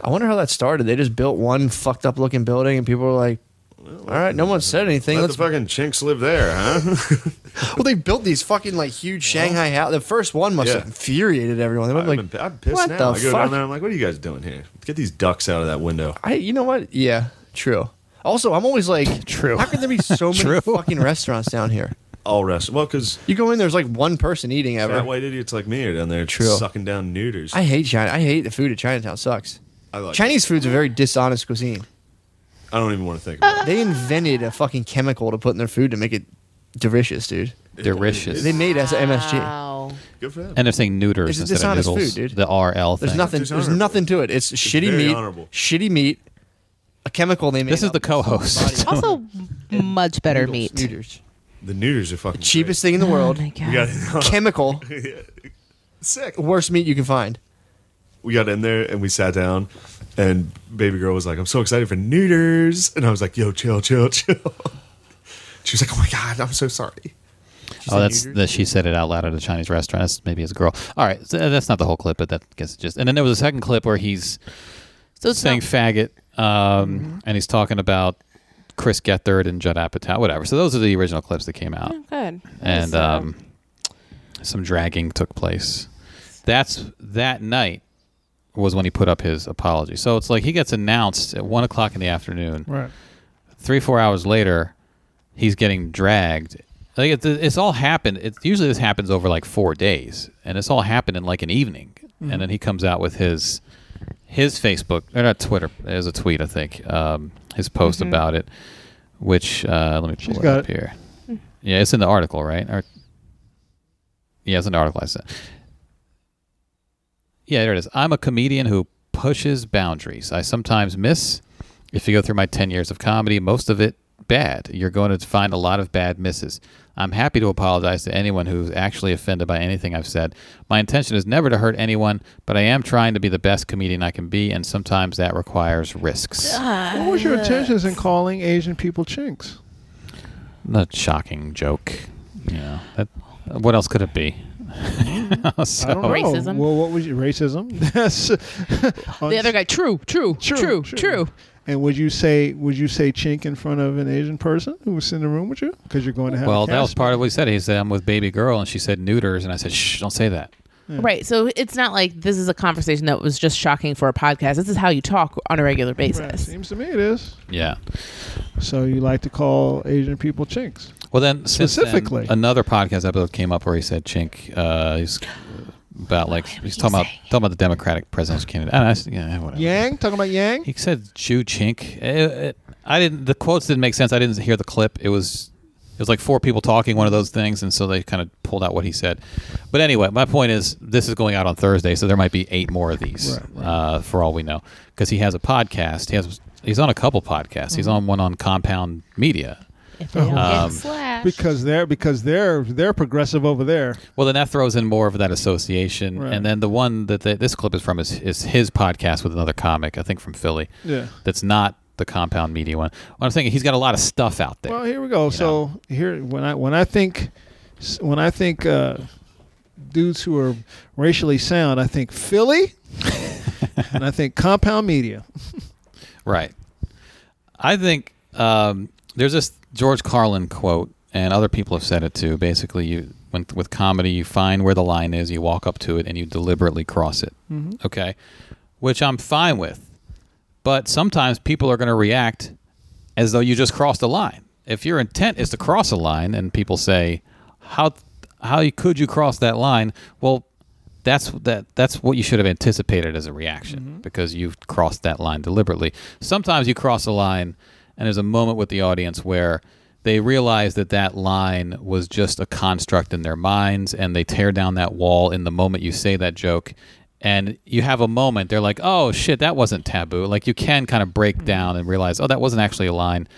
I wonder how that started. They just built one fucked up looking building, and people were like, "All right, no one said anything.
Let
Let's."
the fucking chinks live there, huh?
<laughs> well, they built these fucking like huge Shanghai house. The first one must
Yeah.
have infuriated everyone. They were
I'm,
like,
imp- I'm pissed
what
now.
the
I go
fuck?
down there. I'm like, what are you guys doing here? Get these ducks out of that window.
I, you know what? Yeah, true. Also, I'm always
<laughs>
like,
True.
How can there be so many
True.
fucking restaurants down here?
All rest. Well, because
You go in, there's like one person eating
fat
ever.
white idiots like me are down there
True.
sucking down neuters.
I hate China. I hate the food at Chinatown. Sucks.
I like
Chinese food's a very dishonest cuisine.
I don't even want to think about it.
They invented a fucking chemical to put in their food to make it delicious, dude.
Delicious.
They made us MSG.
Wow.
Good for them.
And they're saying neuters
It's a
instead of
dishonest
noodles.
food, dude.
The RL thing.
There's nothing.
It's
There's
honorable.
nothing to it. It's shitty
very
meat.
honorable.
Shitty meat. A chemical they made.
This is
up.
the co-host.
<laughs>
Also, much better
Noodles,
meat.
noodles.
The neuters are fucking
Cheapest thing in the
Oh
world.
my god.
<laughs>
Great. We got
chemical.
<laughs> sick.
Worst meat you can find.
we got in there and we sat down and baby girl was like i'm so excited for neuters and i was like yo chill chill chill <laughs> she was like oh my god i'm so sorry
<laughs> oh, that's that she said it out loud at a Chinese restaurant. That's maybe his girl. All right, so uh, that's not the whole clip, but that I guess it's just. And then there was a second clip where he's
So it's
saying
not-
faggot, um, and he's talking about Chris Gethard and Judd Apatow, whatever. So those are the original clips that came out,
Oh, good.
and
So-
um, some dragging took place. That's that night was when he put up his apology. So it's like he gets announced at one o'clock in the afternoon.
Right.
three four hours later he's getting dragged like it's, it's all happened it's usually this happens over like four days and it's all happened in like an evening and then he
Mm-hmm.
comes out with his his facebook or not twitter as a tweet i think um, his post about it which uh, let me
Mm-hmm.
pull
She's got
it
Mm.
up
it.
here yeah it's in the article right or yeah it's in the article i sent yeah, there it is. I'm a comedian who pushes boundaries. I sometimes miss. If you go through my 10 years of comedy, most of it bad. You're going to find a lot of bad misses. I'm happy to apologize to anyone who's actually offended by anything I've said. My intention is never to hurt anyone, but I am trying to be the best comedian I can be, and sometimes that requires risks.
What was your intentions in calling Asian people chinks?
Not shocking joke. Yeah. That, what else could it be? <laughs> so,
I don't know.
Racism.
Well, what was your racism? <laughs> That's
the other guy. True. True. True. True.
And would you say would you say chink in front of an Asian person who was in the room with you? Because you're going to have.
Well,
a
that was
cast.
part of what he said. He said, I'm with baby girl, and she said neuters, and I said, shh, don't say that.
Right. So it's not like this is a conversation that was just shocking for a podcast. This is how you talk on a regular
Right.
basis.
Seems to me it is.
Yeah.
So you like to call Asian people chinks?
Well, then since then,
Specifically.
another podcast episode came up where he said "chink." Uh, he's about like he's talking about talking about the Democratic presidential candidate. And I, s- yeah, whatever.
Yang talking about Yang.
He said "Jew chink." It- it- I didn't. The quotes didn't make sense. I didn't hear the clip. It was it was like four people talking, one of those things, and so they kind of pulled out what he said. But anyway, my point is this is going out on Thursday, so there might be eight more of these Uh, for all we know, because he has a podcast. He has he's on a couple podcasts. He's on one on Compound Media.
If they don't
Uh-huh.
Um,
get slashed.
Because they're because they're they're progressive over there.
Well, then that throws in more of that association,
Right.
and then the one that the, this clip is from is, is his podcast with another comic, I think from Philly.
Yeah.
that's not the Compound Media one. What I'm saying, he's got a lot of stuff out there.
Well, here we go. So here, when I when I think when I think uh, dudes who are racially sound, I think
<laughs>
Philly, and I think Compound Media.
Right. I think um, there's this George Carlin quote, and other people have said it too. Basically, you when, with comedy, you find where the line is, you walk up to it, and you deliberately cross it.
Mm-hmm.
Okay, which I'm fine with, but sometimes people are going to react as though you just crossed a line. If your intent is to cross a line, and people say, "How how could you cross that line?" Well, that's that that's what you should have anticipated as a reaction because you've crossed that line deliberately. Sometimes you cross a line and there's a moment with the audience where they realize that that line was just a construct in their minds and they tear down that wall in the moment you say that joke and you have a moment they're like oh shit that wasn't taboo like you can kind of break down and realize oh that wasn't actually a line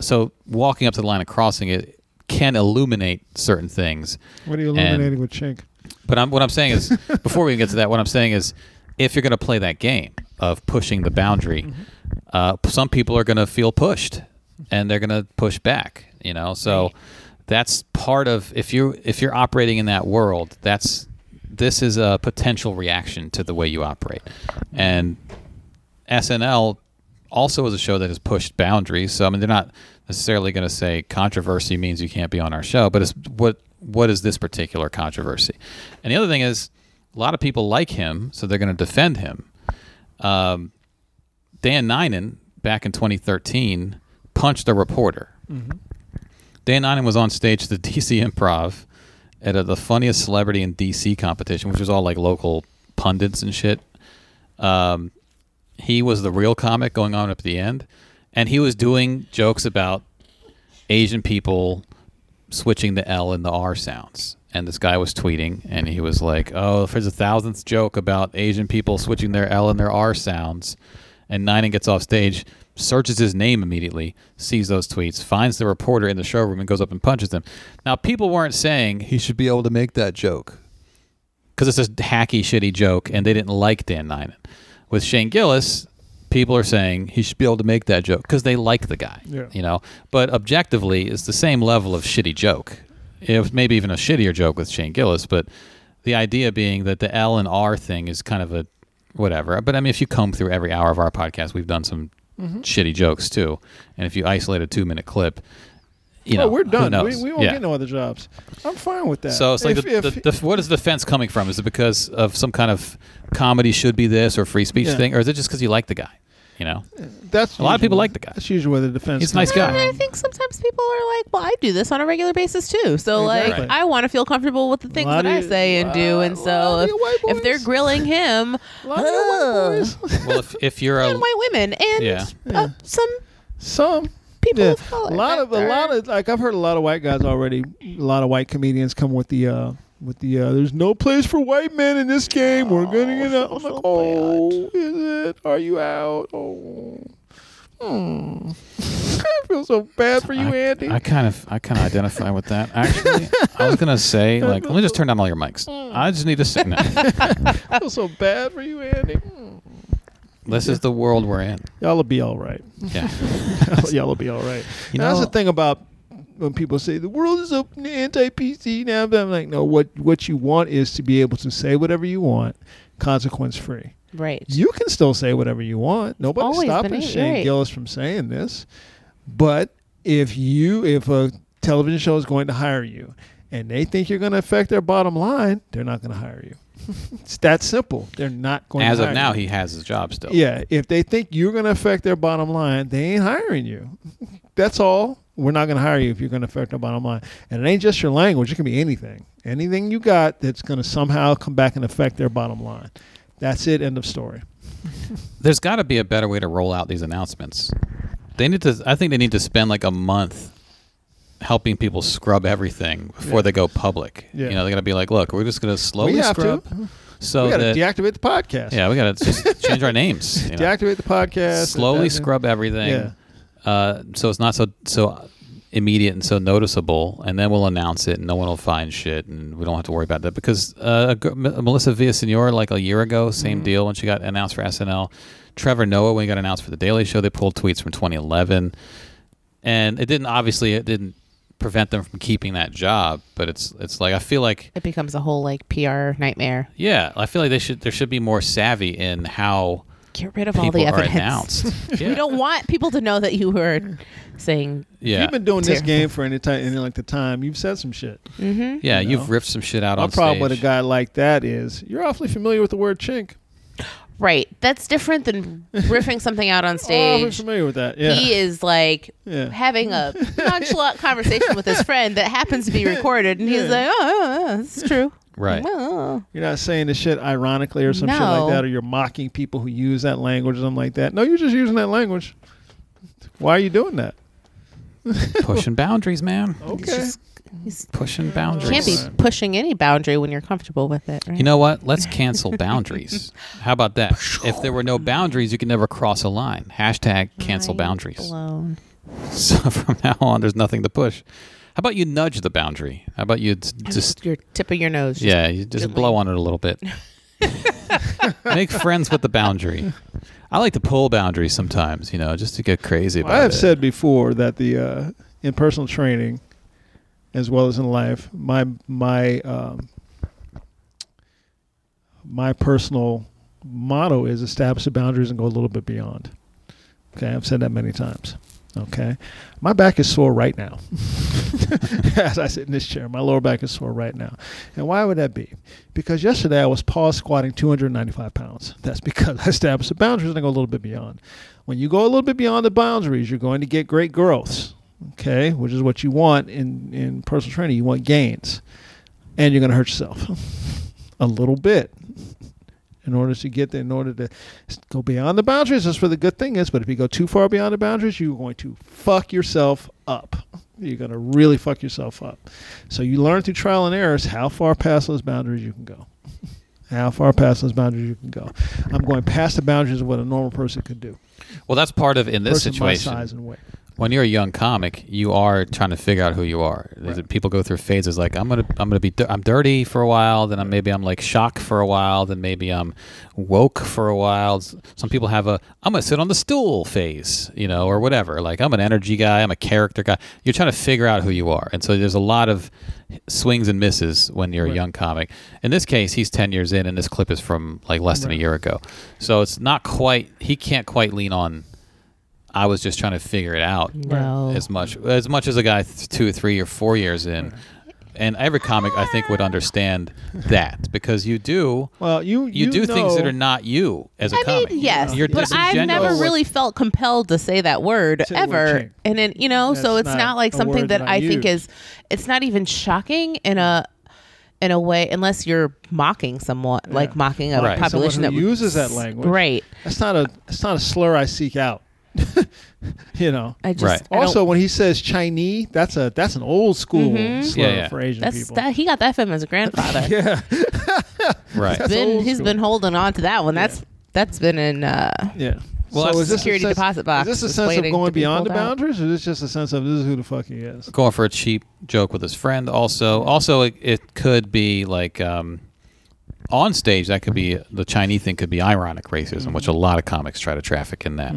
so walking up to the line and crossing it can illuminate certain things.
What are you
And-
illuminating with Chink?
But I'm, what I'm saying is, before we even get to that, what I'm saying is, if you're going to play that game of pushing the boundary, uh, some people are going to feel pushed, and they're going to push back. You know, so that's part of if you if you're operating in that world, that's this is a potential reaction to the way you operate, and SNL also is a show that has pushed boundaries. So I mean, they're not necessarily going to say controversy means you can't be on our show, but it's what what is this particular controversy? And the other thing is, a lot of people like him, so they're going to defend him. Um, Dan Ninen back in 2013 punched a reporter. Dan Ninen was on stage at the <laughs> DC Improv at a, the funniest celebrity in DC competition, which was all like local pundits and shit. Um, he was the real comic going on up at the end, and he was doing jokes about Asian people switching the L and the R sounds. And this guy was tweeting, and he was like, "Oh, if there's a thousandth joke about Asian people switching their L and their R sounds," and Ninen gets off stage, searches his name immediately, sees those tweets, finds the reporter in the showroom, and goes up and punches them. Now, people weren't saying he should be able to make that joke because it's a hacky, shitty joke, and they didn't like Dan Ninen. With Shane Gillis, people are saying he should be able to make that joke because they like the guy.
Yeah.
You know, but objectively, it's the same level of shitty joke. It was maybe even a shittier joke with Shane Gillis, but the idea being that the L and R thing is kind of a whatever. But I mean, if you comb through every hour of our podcast, we've done some
Mm-hmm.
shitty jokes too, and if you isolate a two-minute clip. You know,
oh, we're
who
done. We,
knows?
we won't
Yeah.
get no other jobs. I'm fine with that.
So it's like
If-
the,
if-
the, the, what is the fence coming from? Is it because of some kind of comedy should be this or free speech
Yeah.
thing, or is it just because you like the guy? You know,
that's
a lot of
usually-
people like the guy.
That's usually where the defense.
He's a nice
comes
guy.
from.
I think sometimes people are like, "Well, I do this on a regular basis too, so
Exactly.
like I want to feel comfortable with the things
Lot
that
of
I
you-
say and do." And so
lot of
if,
you white
if they're
boys.
<laughs>
grilling him,
Lot of white boys.
Well, if, if you're
<laughs>
a
and white women and
Yeah.
uh, some
Some
people
Yeah.
of color,
A lot of
that
a lot
are-
of like I've heard a lot of white guys already. A lot of white comedians come with the uh with the uh there's no place for white men in this game. We're gonna get out. I'm like, oh, is it? Are you out? Oh. Hmm. <laughs> I feel so bad for you,
I,
Andy.
I kind of I kind of identify with that. Actually, I was
<laughs>
gonna say like, let me just turn down all your mics.
Mm.
I just need to say, no.
I feel so bad for you, Andy. Hmm.
this is the world
<laughs>
we're in.
Y'all will be all right.
Yeah,
<laughs> Y'all will be all right.
You
that's
know-
the thing about when people say the world is open to anti-PC now. But I'm like, no. What what you want is to be able to say whatever you want, consequence free.
right.
You can still say whatever you want. Nobody's
always
stopping
been it,
Shane
right.
Gillis from saying this. But if you if a television show is going to hire you and they think you're going to affect their bottom line, they're not going to hire you. <laughs> it's that simple. They're not going
as
to
of
hire
now,
you.
he has his job still.
Yeah, if they think you're going to affect their bottom line, they ain't hiring you. <laughs> That's all. We're not going to hire you if you're going to affect our bottom line. And it ain't just your language, it can be anything. Anything you got that's going to somehow come back and affect their bottom line. That's it. End of story.
There's got to be a better way to roll out these announcements. They need to. I think they need to spend like a month helping people scrub everything before they go public.
Yeah.
You know, they got to be like, look, we're just going to slowly
have to.
scrub. So
we got to
that,
deactivate the podcast.
yeah, we got
<laughs>
to just change our names. you know.
Deactivate the podcast.
slowly
That-
scrub everything.
Yeah.
Uh, so it's not so so immediate and so noticeable, and then we'll announce it, and no one will find shit, and we don't have to worry about that because uh, a gr- M- Melissa Villaseñor, like a year ago, same deal when she got announced for SNL. Trevor Noah, when he got announced for the Daily Show, they pulled tweets from 2011, and it didn't obviously it didn't prevent them from keeping that job, but it's it's like I feel like
It becomes a whole like PR nightmare.
yeah, I feel like they should there should be more savvy in how
Get rid of all
people
the
are
evidence.
announced.
<laughs> We don't want people to know that you were saying
Yeah,
You've been doing this
<laughs> Terrible.
game for any time, any length of time. You've said some shit.
Yeah,
you
you
know?
have ripped some shit out
My
on
problem
stage.
with a guy like that is you're awfully familiar with the word chink.
right. That's different than riffing
<laughs>
something out on
Awfully
stage.
familiar with that. Oh, Yeah.
He is like
Yeah.
having a nonchalant conversation with his friend that happens to be recorded, and he's like, "Oh, oh, oh, this is true."
Right.
Oh.
You're not saying this shit ironically or some shit like
No.
that, or you're mocking people who use that language or something like that. No, you're just using that language. Why are you doing that?
Pushing boundaries, man.
Oh.
It's just- he's-
Pushing
you
boundaries.
can't be pushing any boundary when you're comfortable with it. Right?
You know what? Let's cancel boundaries. How about that? If there were no boundaries, you could never cross a line. Hashtag cancel
Mind
boundaries.
Blown.
<laughs> So from now on, there's nothing to push. How about you nudge the boundary? How about you t- just
your tip of your nose.
yeah, you just
gently.
blow on it a little bit. Make friends with the boundary. I like to pull boundaries sometimes, you know, just to get crazy about
I have
it.
said before that the uh, in personal training, as well as in life, my my um, my personal motto is establish the boundaries and go a little bit beyond. Okay, I've said that many times. Okay, my back is sore right now. <laughs> As I sit in this chair, my lower back is sore right now. And why would that be? Because yesterday I was pause squatting 295 pounds. That's because I established the boundaries and I go a little bit beyond. When you go a little bit beyond the boundaries, you're going to get great growths. Okay, which is what you want in in personal training. You want gains, and you're going to hurt yourself <laughs> a little bit in order to get there, in order to s- go beyond the boundaries. That's where the good thing is. But if you go too far beyond the boundaries, you're going to fuck yourself up. You're going to really fuck yourself up. So you learn through trial and errors how far past those boundaries you can go, <laughs> how far past those boundaries you can go. I'm going past the boundaries of what a normal person could do.
well, that's part of in this
person
situation.
my size and weight.
when you're a young comic, you are trying to figure out who you are.
Right.
People go through phases like I'm gonna I'm gonna be di- I'm dirty for a while, then I'm maybe I'm like shock for a while, then maybe I'm woke for a while. S- Some people have a I'm gonna sit on the stool phase, you know, or whatever. Like I'm an energy guy, I'm a character guy. You're trying to figure out who you are, and so there's a lot of swings and misses when you're a young comic. In this case, he's 10 years in, and this clip is from like less than a year ago, so it's not quite he can't quite lean on. I was just trying to figure it out
No.
as much as much as a guy th- two or three or four years in and every comic i think would understand that because you do
Well, you
you, do things that
know-
are not you as a
I
comic
mean, yes,
you're
but I've
disingenuous.
never really felt compelled to say that word
Say the word
ever,
shame.
and then you know, so
That's
it's
not
not, like
a
something
word
that,
that I
I think
use.
is. It's not even shocking in a in a way, unless you're mocking someone, like mocking a
Right.
population
Someone who
that would-
uses that language.
Right.
That's not a that's not a slur I seek out. <laughs> you know.
I just
Right.
I don't- Mm-hmm.
also, when he says Chinese, that's a that's an old school slur
Yeah, yeah.
for Asian
that's
people.
that, he got that from his
<laughs>
grandfather. yeah,
right
been
old
he's
school.
been holding on to that one. That's that's been in. Uh,
yeah.
Well,
so
that's
is this a
security
sense-
deposit box
Is this a
is
sense of
waiting
going
to be
beyond the
pulled out.
boundaries, or is this just a sense of this is who the fuck he is?
going for a cheap joke with his friend also also it, it could be like um on stage that could be the chinese thing could be ironic racism
Mm-hmm.
which a lot of comics try to traffic in that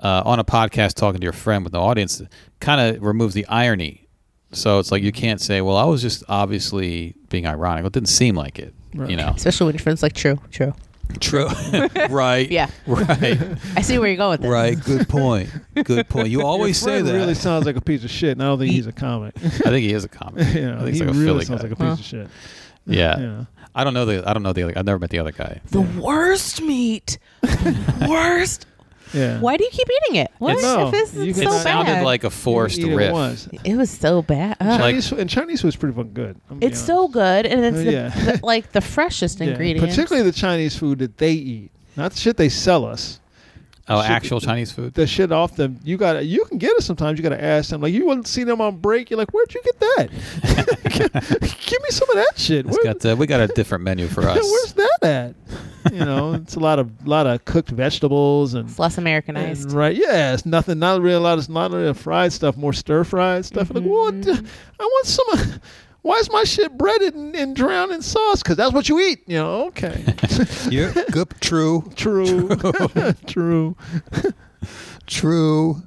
uh, on a podcast talking to your friend with no audience kind of removes the irony so it's like
Mm-hmm.
you can't say well i was just obviously being ironic well, it didn't seem like it you know
especially when your friend's like, "True, <laughs> true."
true <laughs> right
Yeah.
right
I see where you're going with this.
right good point good point you always
Your
say
friend
that
really sounds like a piece of shit, and I don't think he's a comic.
<laughs> i think he is a comic
<laughs> you know,
i think
he
he's like a
really
philly
sounds
guy
like a piece of shit.
yeah.
Yeah.
I don't know the I don't know the other I've never met the other guy.
The worst meat. <laughs> The worst.
Yeah.
Why do you keep eating it? What
It's-
No,
if this
you
is
can-
so
it sounded
bad?
like a forced
You eat it
riff.
once.
it was so bad. Ugh.
Like-
Chinese and Chinese food's pretty fucking good. I'm gonna be
it's
honest.
so good, and it's
Uh,
the,
yeah.
the- like the freshest
Yeah,
ingredient.
Particularly the Chinese food that they eat, not the shit they sell us.
Oh,
Should be-
actual Chinese food.
The shit off them, you got to you can get it sometimes. You got to ask them. Like you wouldn't see them on break. You're like, where'd you get that?
<laughs>
Give me some of that <laughs> shit.
It's
Where-
got uh, we got a different
<laughs>
menu for us.
where's that at? You know,
<laughs>
it's a lot of lot of cooked vegetables and.
it's less
and
Americanized.
right, yeah, it's nothing. Not really a lot. It's not really fried stuff. More stir fried stuff. Like what? the-
Mm-hmm.
I want some. of- Why is my shit breaded and, and drowned in sauce? Because that's what you eat. You know.
<laughs>
Okay.
yeah, good, true,
True. <laughs> True.
true.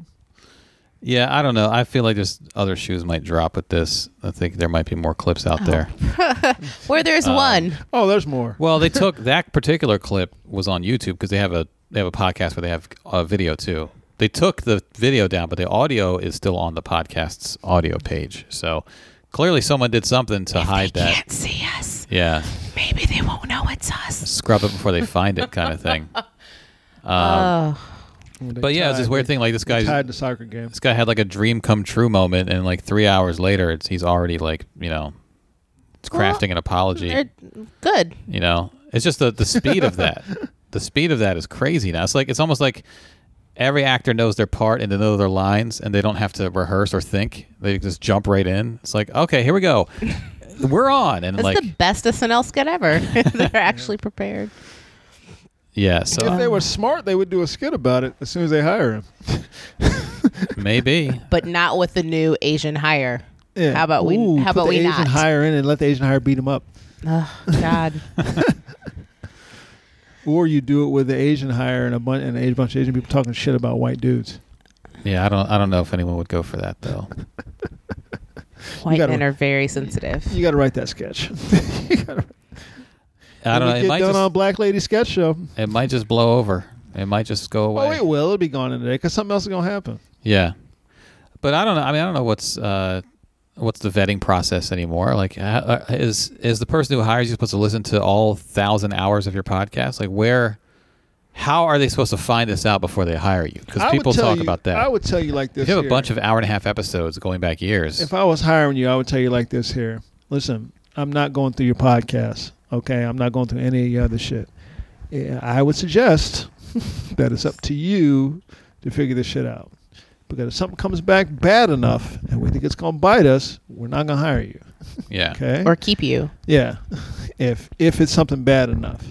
Yeah, I don't know. I feel like there's other shoes might drop with this. I think there might be more clips out there.
Where there's
um,
one,
Oh, there's more.
Well,
<laughs>
they took that particular clip was on YouTube because they have a they have a podcast where they have a video too. They took the video down, but the audio is still on the podcast's audio page. So clearly, someone did something to hide that.
<laughs> can't see us.
Yeah,
Maybe they won't know it's us.
scrub it before they find it, kind of
<laughs>
thing. Um,
Oh,
But yeah, it's this weird thing. Like this guy's
tied to soccer games.
this guy had like a dream come true moment, and like three hours later, it's he's already like you know, it's
Well,
crafting an apology.
they're good.
You know, it's just the the speed of
<laughs>
that. The speed of that is crazy now. It's like it's almost like every actor knows their part and they know their lines, and they don't have to rehearse or think. They just jump right in. It's like okay, here we go, we're on, and
That's
like
the best SNL
<laughs>
skit ever. <laughs> they're actually prepared.
yeah. So
<laughs>
um,
If they were smart, they would do a skit about it as soon as they hire him.
Maybe.
but not with the new Asian hire.
Yeah.
How about we?
Ooh,
how
put
about
the
we
Asian
not?
hire in and let the Asian hire beat him up, <laughs>
Oh God.
or you do it with the Asian hire and a bunch and a bunch of Asian people talking shit about white dudes.
Yeah, I don't. I don't know if anyone would go for that though.
White
gotta-
men are very sensitive.
You got to write that sketch.
I
When
don't know.
we
It
Get
might,
done
just,
on Black Lady Sketch Show.
it might just blow over. It might just go away.
Oh, it will. It'll be gone in a day because something else is gonna happen.
Yeah, but I don't know. I mean, I don't know what's uh, what's the vetting process anymore. Like, ha- uh, is is the person who hires you supposed to listen to all thousand hours of your podcast? Like, where, how are they supposed to find this out before they hire you? Because
I would
people
tell
talk
you-
about that.
I would tell you like this.
if you have a
here.
bunch of hour and a half episodes going back years,
If I was hiring you, I would tell you like this here. Listen, I'm not going through your podcast. Okay, I'm not going through any of your other shit. Yeah, I would suggest <laughs> that it's up to you to figure this shit out. Because if something comes back bad enough and we think it's gonna bite us, we're not gonna hire you.
yeah,
Okay.
Or keep you.
yeah. If if it's something bad enough.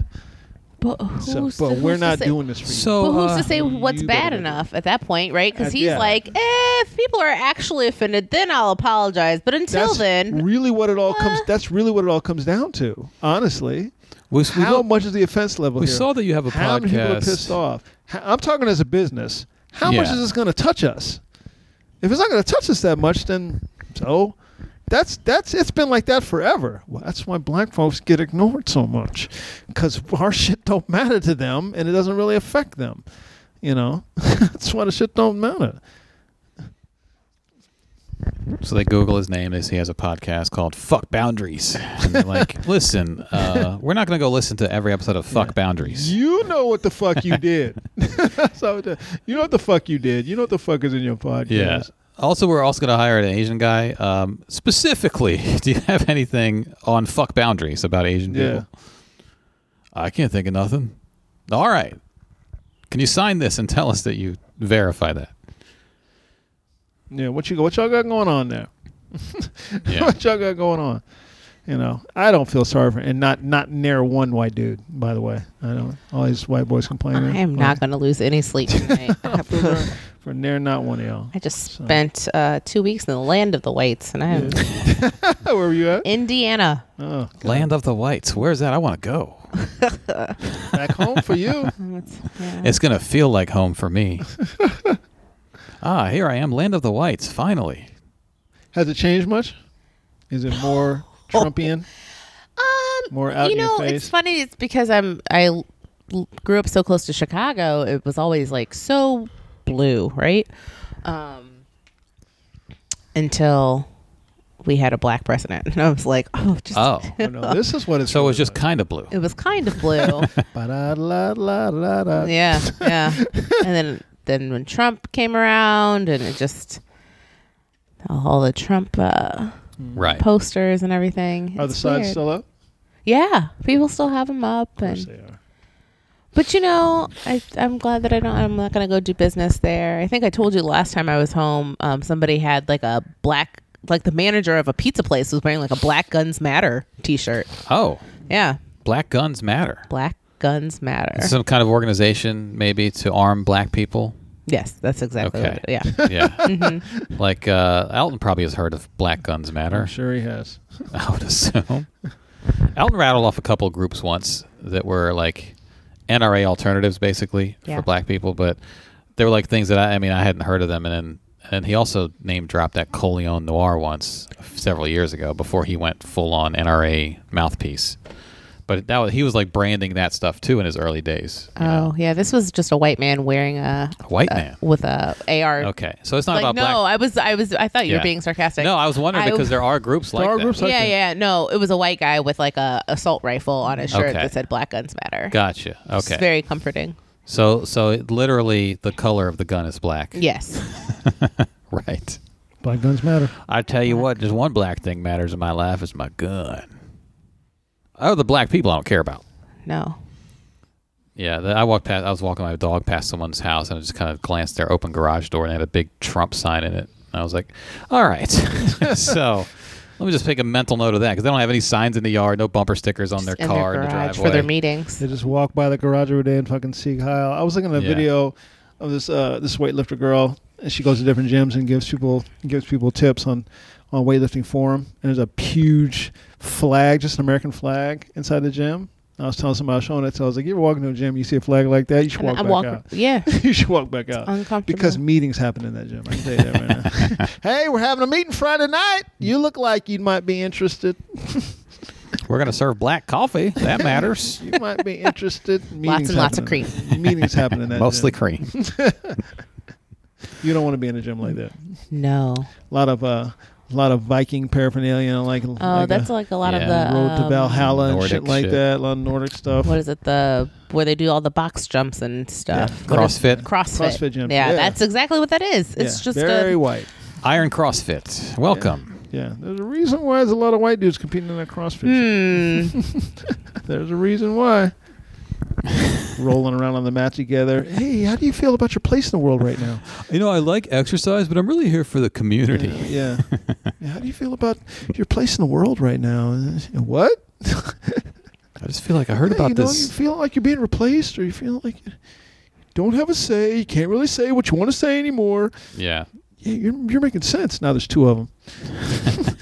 But
So,
who's
but
who's
we're
to
not
say-
doing this for you.
So-
But who's
uh,
to say what's
you
bad
better do it.
enough at that point, right? Because
Uh,
he's
yeah.
like, eh, if people are actually offended, then I'll apologize. But until
that's
then,
really what it all comes.
uh,
That's really what it all comes down to. Honestly,
we, we
how
don't-
much is the offense level?
we
here?
saw that you have a
how many people are
podcast.
pissed off? How, I'm talking as a business. How much
Yeah.
is this going to touch us? If it's not going to touch us that much, then so that's that's it's been like that forever. Well, that's why black folks get ignored so much because our shit don't matter to them and it doesn't really affect them. You know, <laughs> that's why the shit don't matter.
So they Google his name. They see he has a podcast called "Fuck Boundaries." And they're
<laughs>
like, listen, uh, we're not going to go listen to every episode of "Fuck Boundaries."
You know what the fuck you <laughs> did. so you know what the fuck you did. You know what the fuck is in your podcast.
Yeah. Also, we're also going to hire an Asian guy. Um, specifically, <laughs> do you have anything on fuck boundaries about Asian
Yeah.
people? I can't think of nothing. All right. Can you sign this and tell us that you
<laughs>
verify that?
Oh Yeah, what you got- what y'all got going on there?
Yeah.
what y'all got going on? You know, I don't feel sorry for and not not near one white dude. By the way, I don't. All these white boys complaining.
I am not going to lose any
<laughs>
sleep tonight.
for, for near not one of y'all.
I just spent uh, two weeks in the land of the whites, and I'm
<laughs> Where were you at?
Indiana.
Oh, God.
Land of the Whites. Where's that? I want to go.
back home for
<laughs>
you.
It's- yeah.
It's going to feel like home
<laughs>
for me. ah, here I am, Land of the Whites, finally.
Has it changed much? Is it
<laughs>
more
Oh.
Trumpian?
Um,
More out
you
in your
know,
face?
it's funny. It's because I'm I l- grew up so close to Chicago. It was always like so blue, right? Um, until we had a black president, and I was like, <laughs> oh, just
Oh.
Oh, no, this is what it's.
So it was just kind of blue.
it was kind of blue.
Ba-da-la-la-la-la.
yeah, yeah. And then then when Trump came around, and it just all the Trump uh,
Right.
posters and everything.
Are the
It's
sides
weird. Mm.
still up?
Yeah, people still have them up,
Of course
and
they are.
But you know, I, I'm glad that I don't. I'm not going to go do business there. I think I told you last time I was home. Um, somebody had like a black, like the manager of a pizza place was wearing like a Black Guns Matter T-shirt.
Oh,
Yeah,
Black Guns Matter.
Black Guns Matter.
Some kind of organization, maybe, to arm black people.
yes, that's exactly.
Okay.
What
<laughs>
it, yeah.
Yeah. Like uh, Alton probably has heard of Black Guns
I'm
Matter.
sure he has.
<laughs> I would assume. Alton rattled off a couple of groups once that were like NRA alternatives, basically
Yeah.
for black people, but they were like things that I, I mean I hadn't heard of them, and then and he also name dropped that Coleon Noir once several years ago before he went full on NRA mouthpiece. But that was, he was like branding that stuff too in his early days. you know?
Oh yeah, this was just a white man wearing a
white
a-
man.
with a AR.
Okay, so it's not
Oh.
about
Like, no,
black.
I was, I was, I thought you
Yeah.
were being sarcastic.
No, I was wondering
I-
because there are groups like
are
that.
groups like-
yeah,
that.
yeah, no, it was a white guy with like a assault rifle on his shirt
Okay.
that said Black Guns Matter.
gotcha. Okay.
It's very comforting.
so so it, literally the color of the gun is black.
Yes.
<laughs> Right.
Black guns matter.
I tell you what, just one black thing matters in my life is my gun. Oh, the black people I don't care about.
No.
Yeah, the, I walked past. I was walking my dog past someone's house, and I just kind of glanced at their open garage door, and they had a big Trump sign in it. And I was like, "All right." <laughs> so let me just make a mental note of that because they don't have any signs in the yard, no bumper stickers on their
in
car in
their
the
garage
driveway.
for their meetings.
They just walk by the garage every day and fucking see Kyle. I was looking at a
Yeah.
video of this uh, this weightlifter girl and she goes to different gyms and gives people gives people tips on on weightlifting forum. And there's a huge flag, just an American flag, inside the gym. I was telling somebody I was showing it. So I was like, "You ever walk into a gym, you see a flag like that, you should
And
walk
I
back
walk-
out. <laughs>
yeah.
you should walk back out.
uncomfortable.
Because meetings happen in that gym. I can tell you that right
<laughs>
now. <laughs> hey, we're having a meeting Friday night. You look like you might be interested.
We're gonna serve black coffee. That matters.
You might be interested. Meetings
and lots of
happen in- Meetings happen in <laughs> that. uh,
<laughs> Mostly
gym.
cream.
You don't want to be in a gym like that.
No.
A lot of uh, a lot of Viking paraphernalia, and like
Oh,
like
that's
a
like a lot
Yeah.
of the
road to
um,
Valhalla and
Nordic
shit like
shit.
that. A lot of Nordic stuff.
What is it? The where they do all the box jumps and stuff.
Yeah.
What is-
CrossFit.
CrossFit.
CrossFit gyms,
Yeah,
yeah.
that's exactly what that is. It's
Yeah,
just
very
a,
white.
Iron CrossFit. Welcome.
Yeah, there's a reason why there's a lot of white dudes competing in that CrossFit.
Hmm. <laughs>
shit. There's a reason why. Rolling around on the mat together. Hey, how do you feel about your place in the world right now?
You know, I like exercise, but I'm really here for the community.
Yeah. yeah. How do you feel about your place in the world right
<laughs>
now? Uh, What?
I just feel like I heard
Yeah,
about
you know,
this.
You feel like you're being replaced, or you feel like you don't have a say. You can't really say what you want to say anymore.
yeah.
Yeah, you're, you're making sense now. There's two of them
<laughs>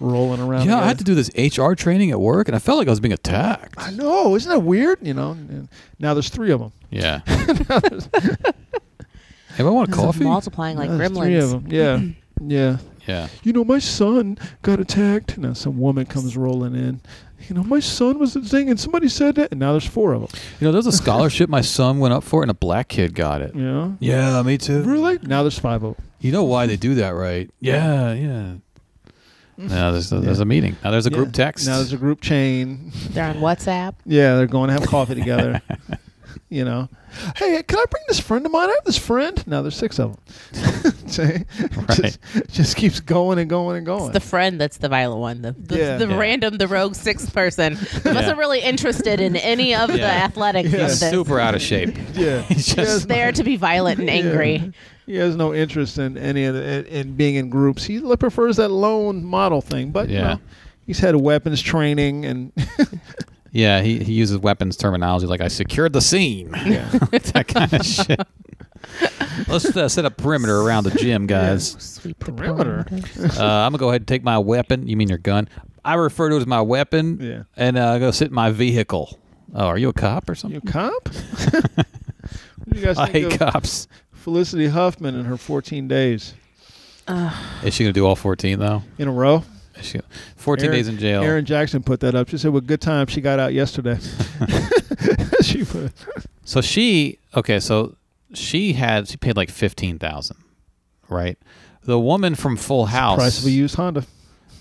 rolling around.
Yeah, I
together.
had to do this HR training at work, and I felt like I was being attacked.
I know. Isn't that weird? You know. And now there's three of them. <laughs>
Yeah. hey, I want coffee.
multiplying like
Three of
gremlins.
them.
Mm-hmm.
Yeah. yeah.
Yeah.
You know, my son got attacked. Now some woman comes rolling in. You know, my son was the thing, and somebody said that, and now there's four of them.
You know, there's a scholarship my son went up for, and a black kid got it.
Yeah.
Yeah, me too.
Mm. Really? Now there's five of them.
You know why they do that, right? Yeah, yeah. Now there's a, there's a meeting. Now there's a group text.
Now there's a group chain.
They're on WhatsApp.
Yeah, they're going to have coffee
<laughs>
together. you know, hey, can I bring this friend of mine? I have this friend. Now there's six of them. <laughs> See?
Right.
Just, just keeps going and going and going.
It's the friend that's the violent one. The the,
Yeah.
the
Yeah.
random, the rogue sixth
<laughs>
person. who wasn't really interested in any of the
Yeah.
athletics
Yeah.
of
He's
this.
super out
<laughs>
of shape.
<laughs>
yeah,
He's
He has
<laughs> just-
no-
there to be violent
<laughs>
and angry.
He has no interest in any of the, in, in being in groups. He li- prefers that lone model thing. But you
Yeah.
know, he's had weapons training and <laughs>
Yeah, he, he uses weapons terminology like I secured the scene. It's that kind of shit. Let's uh, set up perimeter around the gym, guys.
Sweet
perimeter.
Uh, I'm gonna go ahead and take my weapon. You mean your gun? I refer to it as my weapon.
Yeah.
And uh, go sit in my vehicle. Oh, are you a cop or
You
something?
cop? <laughs> What do you guys
I
think
hate
of
cops.
Felicity Huffman and her 14 days
Is she gonna do all 14 though?
in a row?
Is she, 14
Aaron-
days in jail.
Aaron Jackson put that up. She said, "Well, good time. She got out yesterday." she put.
So she okay, so she had she paid like fifteen thousand, right? The woman from Full House,
Price of a used Honda.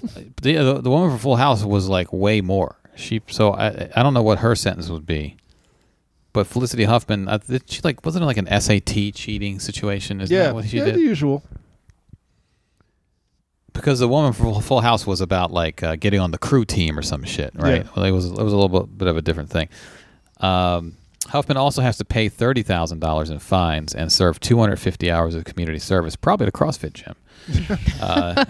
the, the the woman from Full House was like way more. She so I I don't know what her sentence would be, but Felicity Huffman, I, th- she like wasn't it like an SAT cheating situation? Isn't
yeah,
that what she
yeah, the
did?
usual.
Because the woman from Full House was about like uh, getting on the crew team or some shit, right?
Yeah.
Well, it was it was a little bit, bit of a different thing. Um, Huffman also has to pay thirty thousand dollars in fines and serve two hundred fifty hours of community service, probably at a CrossFit gym. uh,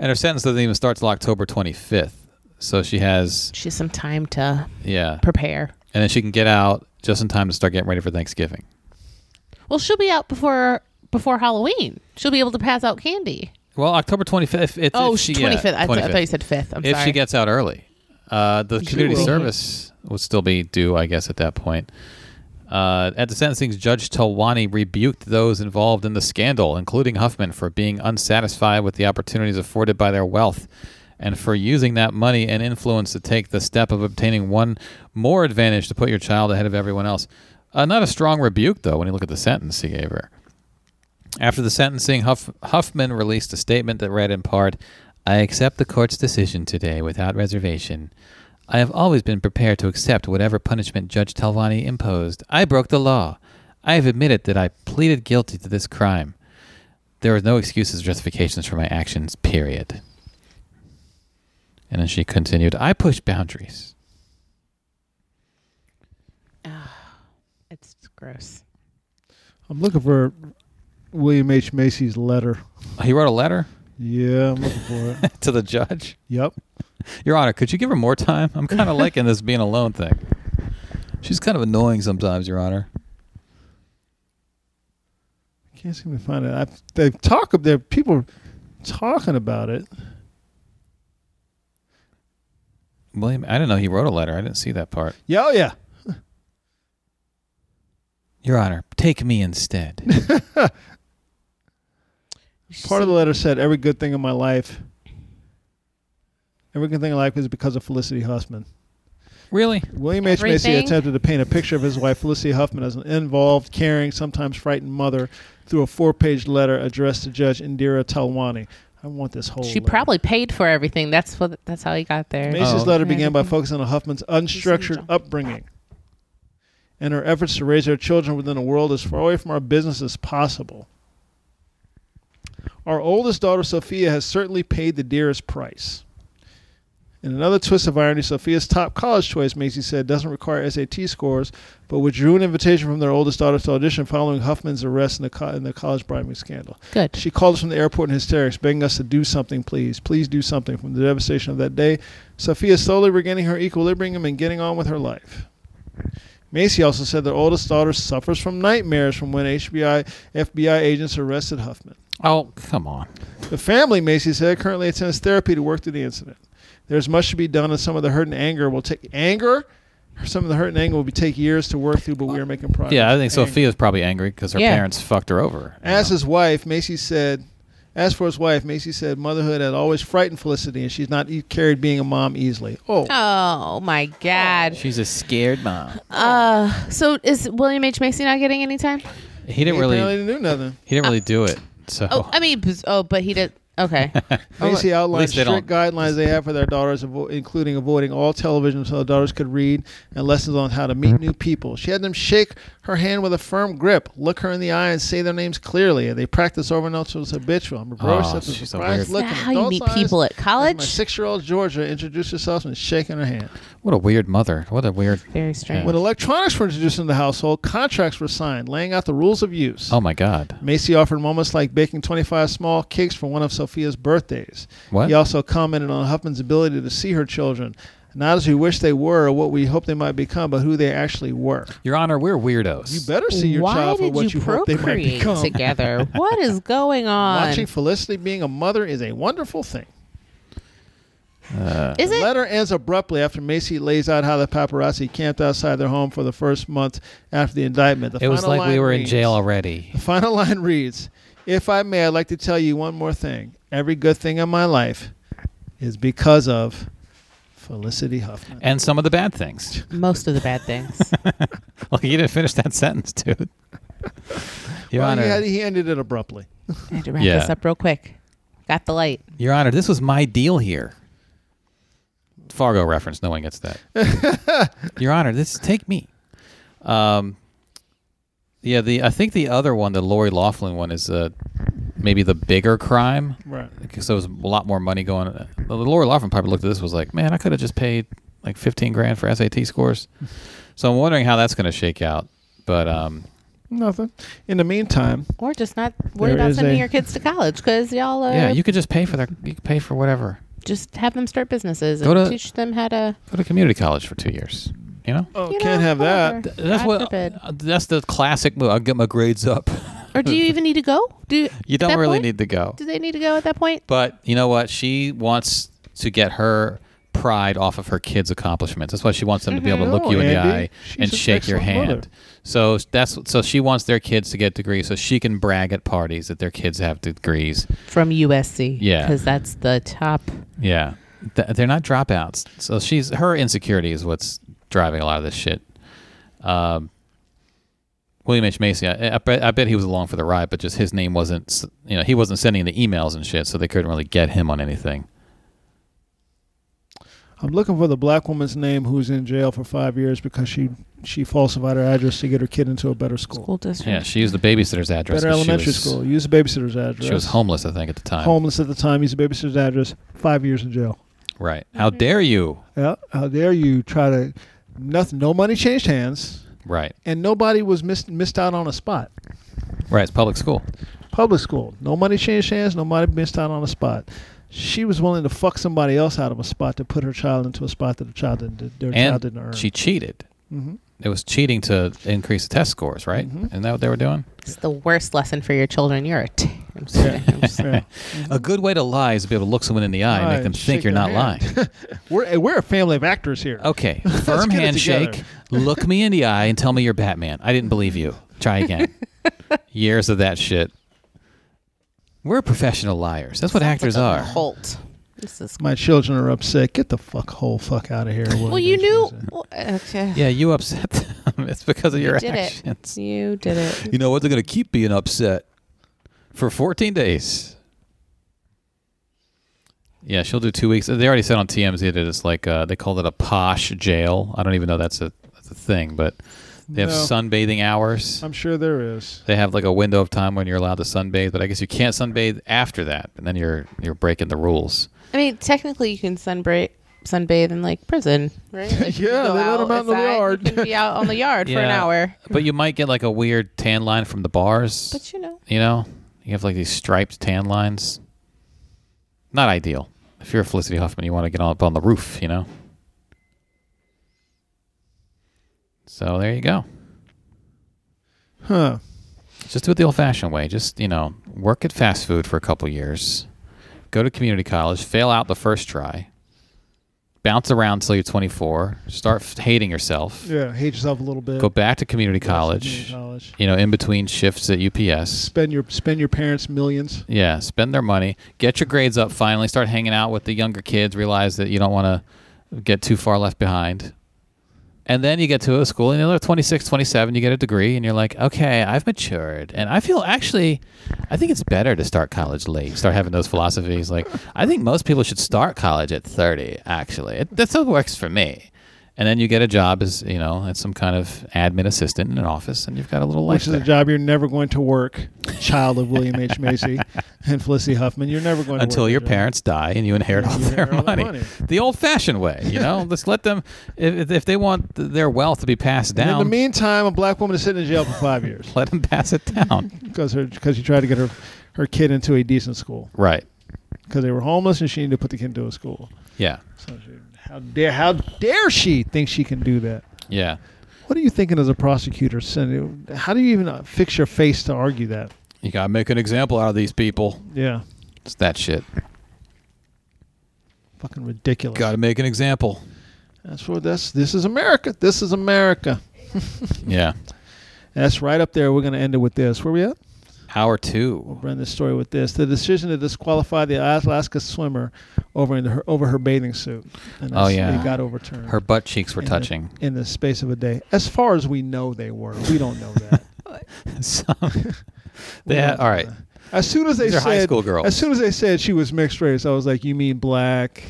and her sentence doesn't even start till October twenty fifth, so she has
She's some time to
yeah,
prepare.
and then she can get out just in time to start getting ready for Thanksgiving.
Well, she'll be out before before Halloween. She'll be able to pass out candy.
Well, October twenty fifth.
Oh, she, 25th. I, th- I thought you said 5th. I'm
if
sorry.
she gets out early. Uh, the
She
community
will.
service would still be due, I guess, at that point. Uh, at the sentencing, Judge Talwani rebuked those involved in the scandal, including Huffman, for being unsatisfied with the opportunities afforded by their wealth and for using that money and influence to take the step of obtaining one more advantage to put your child ahead of everyone else. Uh, not a strong rebuke, though, when you look at the sentence he gave her. After the sentencing, Huff- Huffman released a statement that read in part I accept the court's decision today without reservation. I have always been prepared to accept whatever punishment Judge Talvani imposed. I broke the law. I have admitted that I pleaded guilty to this crime. There are no excuses or justifications for my actions, period. And then she continued I push boundaries.
It's gross.
I'm looking for William H Macy's letter.
He wrote a letter
Yeah, I'm looking for
<laughs>
it.
to the judge.
Yep.
Your Honor, could you give her more time? I'm kind of liking this being alone thing. She's kind of annoying sometimes, Your Honor.
can't seem to find it. I, they talk up there. People are talking about it.
William, I didn't know he wrote a letter. I didn't see that part.
Yeah, oh yeah.
Your Honor, take me instead. <laughs>
Part of the letter said, "Every good thing in my life, every good thing in life is because of Felicity Huffman."
really?
William H. Macy
Everything?
attempted to paint a picture of his wife, Felicity Huffman, as an involved, caring, sometimes frightened mother through a four page letter addressed to Judge Indira Talwani. I want this whole.
She
letter.
probably paid for everything. That's what. That's how he got there.
Macy's
Oh.
letter began by focusing on Huffman's unstructured
John.
upbringing and her efforts to raise her children within a world as far away from our business as possible. Our oldest daughter, Sophia, has certainly paid the dearest price. In another twist of irony, Sophia's top college choice, Macy said, doesn't require SAT scores, but withdrew an invitation from their oldest daughter to audition following Huffman's arrest in the, co- in the college bribing scandal.
Good.
She called us from the airport in hysterics, begging us to do something, please. Please do something. From the devastation of that day, Sophia slowly regaining her equilibrium and getting on with her life. Macy also said their oldest daughter suffers from nightmares from when HBI FBI agents arrested Huffman.
Oh, come on.
The family, Macy said, currently attends therapy to work through the incident. There's much to be done, and some of the hurt and anger will take anger. Some of the hurt and anger will be take years to work through, but we are making progress.
Yeah, I think
Anger.
Sophia's probably angry because her
Yeah.
parents fucked her over. you
As
know?
his wife, Macy said, as for his wife, Macy said, motherhood had always frightened Felicity, and she's not e- carried being a mom easily. Oh,
Oh my God.
She's a scared mom.
Uh, so is William H Macy not getting any time? Oh,
He didn't
he apparently
really.
didn't do
<laughs>
nothing.
He didn't really do it. So
Oh, I mean, bes- oh, but he did. <laughs> Okay.
Macy outlined
least they
strict
don't-
guidelines they have for their daughters, avo- including avoiding all television so the daughters could read and lessons on how to meet new people. She had them shake her hand with a firm grip, look her in the eye, and say their names clearly. And they practice overnight, so it's habitual. I'm
Oh,
reversed at the
she's a
surprised look
weird-
Is
in
that how you
adults'
meet
eyes
people at
as
college?
My six-year-old Georgia introduced herself and shaking her hand.
what a weird mother. What a weird.
Very strange.
When electronics were introduced in the household, contracts were signed, laying out the rules of use.
Oh my God.
Macy offered moments like baking 25 small cakes for one of Sophia's birthdays.
What?
He also commented on Huffman's ability to see her children, not as we wish they were or what we hoped they might become, but who they actually were.
Your Honor, we're weirdos.
You better see your
Why
child for
did
what
you
you, hope they might
procreate
become.
together? What is going on?
<laughs> Watching Felicity being a mother is a wonderful thing.
is
The
it?
letter ends abruptly after Macy lays out how the paparazzi camped outside their home for the first month after the indictment. The
It was
final
like we
line
were in
reads,
jail already.
The final line reads If I may, I'd like to tell you one more thing. Every good thing in my life is because of Felicity Huffman.
And some of the bad things.
Most of the bad things.
<laughs> Like you didn't finish that
<laughs>
sentence, dude. Your
Well,
Honor,
he, had- he ended it abruptly.
I had to wrap
Yeah.
this up real quick. Got the light.
Your Honor, this was my deal here. Fargo reference. No one gets that.
<laughs>
Your Honor, this take me. Um, yeah, the I think the other one, the Lori Laughlin one, is uh, maybe the bigger crime.
Right.
because there was a lot more money going. uh, The Lori Laughlin probably looked at this and was like, man, I could have just paid like fifteen grand for SAT scores. so I'm wondering how that's going to shake out. But um,
Nothing. In the meantime,
Or just not worry
There
about
is
sending
a-
your kids to college because y'all are
yeah, you could just pay for their, you could pay for whatever.
just have them start businesses
Go
and
to-
teach them how to.
Go to community college for two years. You know,
oh,
You
can't
know,
have that.
whatever.
that's
God
what. uh,
forbid.
That's the classic move. I'll get my grades up.
Or do you even need to go?
<laughs>
Do
You
at
don't
that
really
point?
need to go.
Do they need to go at that point?
But you know what? She wants to get her pride off of her kids' accomplishments. That's why she wants them to be able to look
No,
you in the
Andy.
eye
She's
and
an
shake your
excellent
hand.
mother.
So that's so she wants their kids to get degrees so she can brag at parties that their kids have degrees.
From USC.
Yeah.
Because that's the top.
Yeah. Th- they're not dropouts. So she's her insecurity is what's driving a lot of this shit. Um William H. Macy, I, I, bet, I bet he was along for the ride, but just his name wasn't, s- you know, he wasn't sending the emails and shit, so they couldn't really get him on anything.
I'm looking for the black woman's name who's in jail for five years because she, she falsified her address to get her kid into a better school.
School district.
Yeah, she used the babysitter's address.
Better
'cause she
elementary
was-
school. Use a babysitter's address.
She was homeless, I think, at the time.
Homeless at the time. Use a babysitter's address. Five years in jail.
Right. How dare you?
Yeah. How dare you try to? Nothing. No money changed hands,
Right.
and nobody was missed missed out on a spot.
Right. It's public school.
Public school. No money changed hands. Nobody missed out on a spot. She was willing to fuck somebody else out of a spot to put her child into a spot that the child didn't, their child
And
didn't earn.
she cheated. <laughs>
Mhm.
it was cheating to increase the test scores, right?
Mm-hmm.
Isn't that what they were doing?
It's the worst lesson for your children. You're a. T- I'm just kidding. I'm just-
Yeah.
A good way to lie is to be able to look someone in the eye and
Eye
make them
and
think
shake
you're
their
not lying.
hand. <laughs> We're eh, we're a family of actors here.
Okay, firm
get it
handshake.
together.
look me in the eye and tell me you're Batman. I didn't believe you.
<laughs>
Try again. Years of that shit. We're professional liars. <laughs> That's what actors
like a
are.
Holt. This is.
My children are upset. Get the fuck whole fuck out of here.
Well, you knew. well, okay.
yeah, you upset <laughs> them. It's because of your
did it.
actions.
You did it.
<laughs> You know what? They're going to keep being upset for 14 days. Yeah, she'll do two weeks. They already said on TMZ that it's like uh, they called it a posh jail. I don't even know that's a that's a thing, but they have
No.
sunbathing hours.
I'm sure there is.
they have like a window of time when you're allowed to sunbathe, but I guess you can't sunbathe after that, and then you're you're breaking the rules.
I mean, technically, you can sunbathe, sunbathe in like prison, right? Like,
<laughs>
you
Yeah,
go
they let 'em out in the
outside,
yard.
You can be out on the yard for an hour.
but you might get like a weird tan line from the bars.
But you know,
You know, you have like these striped tan lines. Not ideal. If you're Felicity Huffman, you want to get up on the roof, you know? So there you go.
Huh.
Just do it the old fashioned way. Just, you know, work at fast food for a couple years, go to community college, fail out the first try, bounce around till you're 24, start f- hating yourself,
Yeah, hate yourself a little bit.
go back to community
Community
college,
college.
you know, in between shifts at UPS.
Spend your spend your parents' millions.
Yeah, spend their money, get your grades up finally, start hanging out with the younger kids, realize that you don't want to get too far left behind. And then you get to a school and you're 26, 27, you get a degree and you're like, okay, I've matured. And I feel actually, I think it's better to start college late, start having those philosophies. Like, I think most people should start college at 30, actually. It, that's what works for me. And then you get a job as, you know, as some kind of admin assistant in an office and you've got a little life
Which is a
there.
job you're never going to work. Child of William H.
<laughs>
Macy and Felicity Huffman. You're never going to
until
work
your
that job.
parents die and you inherit all
you
their
inherit all their
money.
money.
The old-fashioned way, you know.
<laughs>
Let's let them if, if they want th- their wealth to be passed
And
down.
in the meantime, a black woman is sitting in jail for five
<laughs>
years
let them pass it
<laughs>
down.
because because she tried to get her her kid into a decent school
right.
because they were homeless and she needed to put the kid into a school.
Yeah.
So she, how dare how dare she think she can do that?
Yeah.
What are you thinking as a prosecutor? Sen- How do you even uh, fix your face to argue that?
You gotta make an example out of these people.
Yeah,
It's that shit.
fucking ridiculous.
Gotta make an example.
That's what that's. This is America. This is America.
Yeah.
That's right up there. We're going to end it with this. Where we at?
Hour two.
We'll end this story with this: the decision to disqualify the Alaska swimmer over in her, over her bathing suit. And
Oh,
that's-
yeah.
it got overturned.
Her butt cheeks were
in the-
touching. <laughs>
in the space of a day. As far as we know, they were. We don't know
<laughs>
that.
so,
We
yeah.
don't
All
know
right.
that. As soon as they
These are
said
high school girls.
as soon as they said she was mixed race, I was like, "You mean black?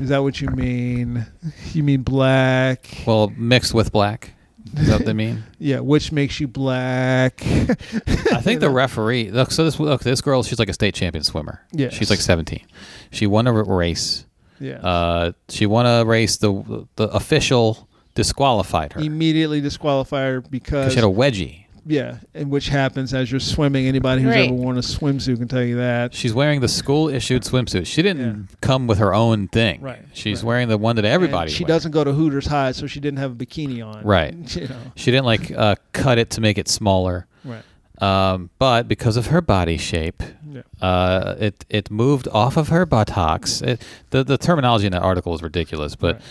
Is that what you mean? You mean black?
Well, mixed with black. Is that
<laughs>
what they mean?
Yeah, which makes you black? <laughs>
I think the referee. Look, so this look, this girl, she's like a state champion swimmer.
Yes.
she's like 17. She won a r- race.
yeah,
Uh, she won a race. The the official disqualified her.
immediately disqualify her because
She had a wedgie.
yeah, and which happens as you're swimming. Anybody who's
Right.
ever worn a swimsuit can tell you that.
She's wearing the school issued swimsuit. She didn't come with her own thing.
Right,
She's
right.
wearing the one that everybody.
And she
wears.
doesn't go to Hooters High, so she didn't have a bikini on.
Right.
<laughs> You know.
She didn't like uh, cut it to make it smaller.
Right.
Um, but because of her body shape,
Yeah.
uh, it it moved off of her buttocks. It, the the terminology in that article is ridiculous, but
Right.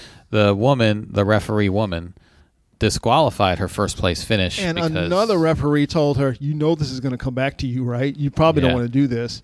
the woman, the referee woman, disqualified her first place finish.
And
because,
another referee told her, "You know this is going to come back to you, right? You probably
Yeah.
don't want to do this."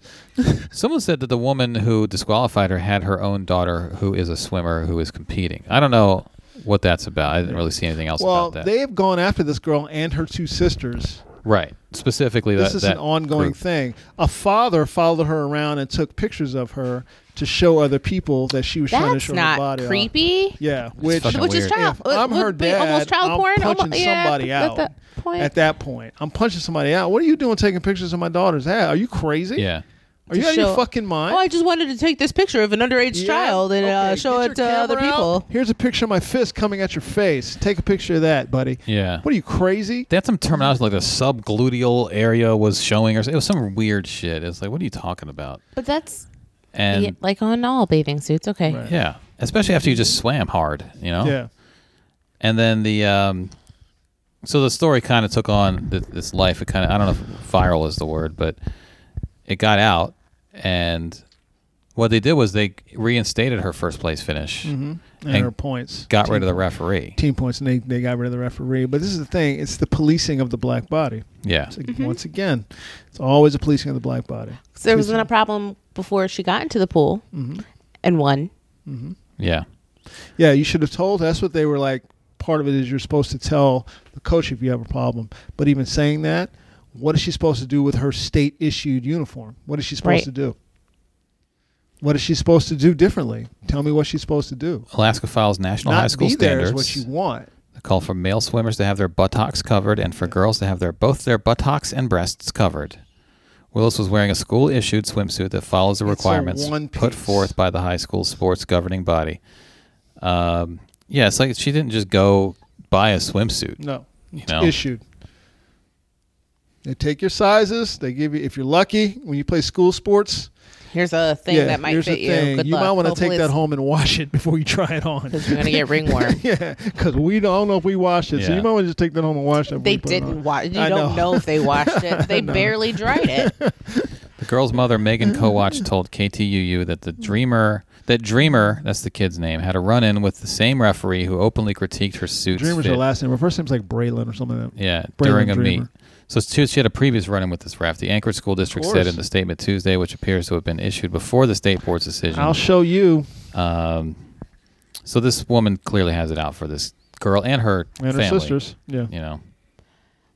Someone said that the woman who disqualified her had her own daughter who is a swimmer who is competing. I don't know what that's about. I didn't really see anything else
Well,
about that.
they have gone after this girl and her two sisters.
right. Specifically,
This
that,
is
that
an ongoing
group.
thing. A father followed her around and took pictures of her to show other people that she was trying to
that's
show her
not
body. off.
creepy.
Yeah, which
fucking
Which is
Weird.
child.
if
would-
I'm her
would be
dad.
Almost child
I'm
porn.
punching
almo- yeah,
somebody
at
out.
that point.
At that point, I'm punching somebody out. What are you doing taking pictures of my daughter's ass? Are you crazy?
Yeah.
Are you out of
show-
your fucking mind?
Oh, I just wanted to take this picture of an underage
Yeah.
child and uh,
Okay,
show
get
it to
your
other
camera out.
people.
Here's a picture of my fist coming at your face. Take a picture of that, buddy.
Yeah.
What are you crazy?
They had some terminology like the subgluteal area was showing, or it was some weird shit. It's like, what are you talking about?
But that's
And
yeah, like on all bathing suits. Okay.
Right.
yeah, especially after you just swam hard, you know.
Yeah.
And then the um, so the story kind of took on th- this life. It kind of I don't know if viral is the word, but it got out, and what they did was they reinstated her first place finish,
Mm-hmm. and, her points.
got rid
Team-
of the referee.
team points, and they, they got rid of the referee. But this is the thing: it's the policing of the black body.
Yeah,
It's like,
Mm-hmm.
Once again, it's always a policing of the black body.
So there wasn't a problem before she got into the pool
Mm-hmm.
and won.
yeah.
Yeah, you should have told. That's what they were like. Part of it is you're supposed to tell the coach if you have a problem. But even saying that, what is she supposed to do with her state issued uniform? What is she supposed
Right.
to do? What is she supposed to do differently? Tell me what she's supposed to do.
Alaska files national
Not
high school
be there
standards.
is what you want.
They call for male swimmers to have their buttocks covered and for girls to have their both their buttocks and breasts covered. Willis was wearing a school issued swimsuit that follows the
It's a
requirements
one
put
piece.
forth by the high school sports governing body. Um, yeah, it's like she didn't just go buy a swimsuit.
No, it's
know.
issued. They take your sizes. They give you if you're lucky when you play school sports.
Here's a thing that might
here's
fit
the
you.
thing.
Good
you
luck.
might want to
Hopefully
take that
it's-
home and wash it <laughs> before you try it on.
'cause you're gonna
<laughs>
get ringworm.
Yeah, because we don't know if we washed it, so
Yeah.
you might want to just take that home and wash it. before
They
you put it on.
didn't wash. You
I
don't know. if they washed
<laughs>
it. They barely dried it.
The girl's mother, Megan Kowach,
<laughs>
told KTUU that the dreamer, that dreamer, that's the kid's name, had a run-in with the same referee who openly critiqued her suit's
Dreamer's
fit.
her last name. Her first name's like Braylon or something. Like that.
Yeah,
Braylon
during a
Dreamer.
meet. So it's two, she had a previous run-in with this ref. The Anchorage School District said
course.
in the statement Tuesday, which appears to have been issued before the state board's decision.
I'll show you
um, so this woman clearly has it out for this girl and her
and her
family,
sisters. Yeah,
You know,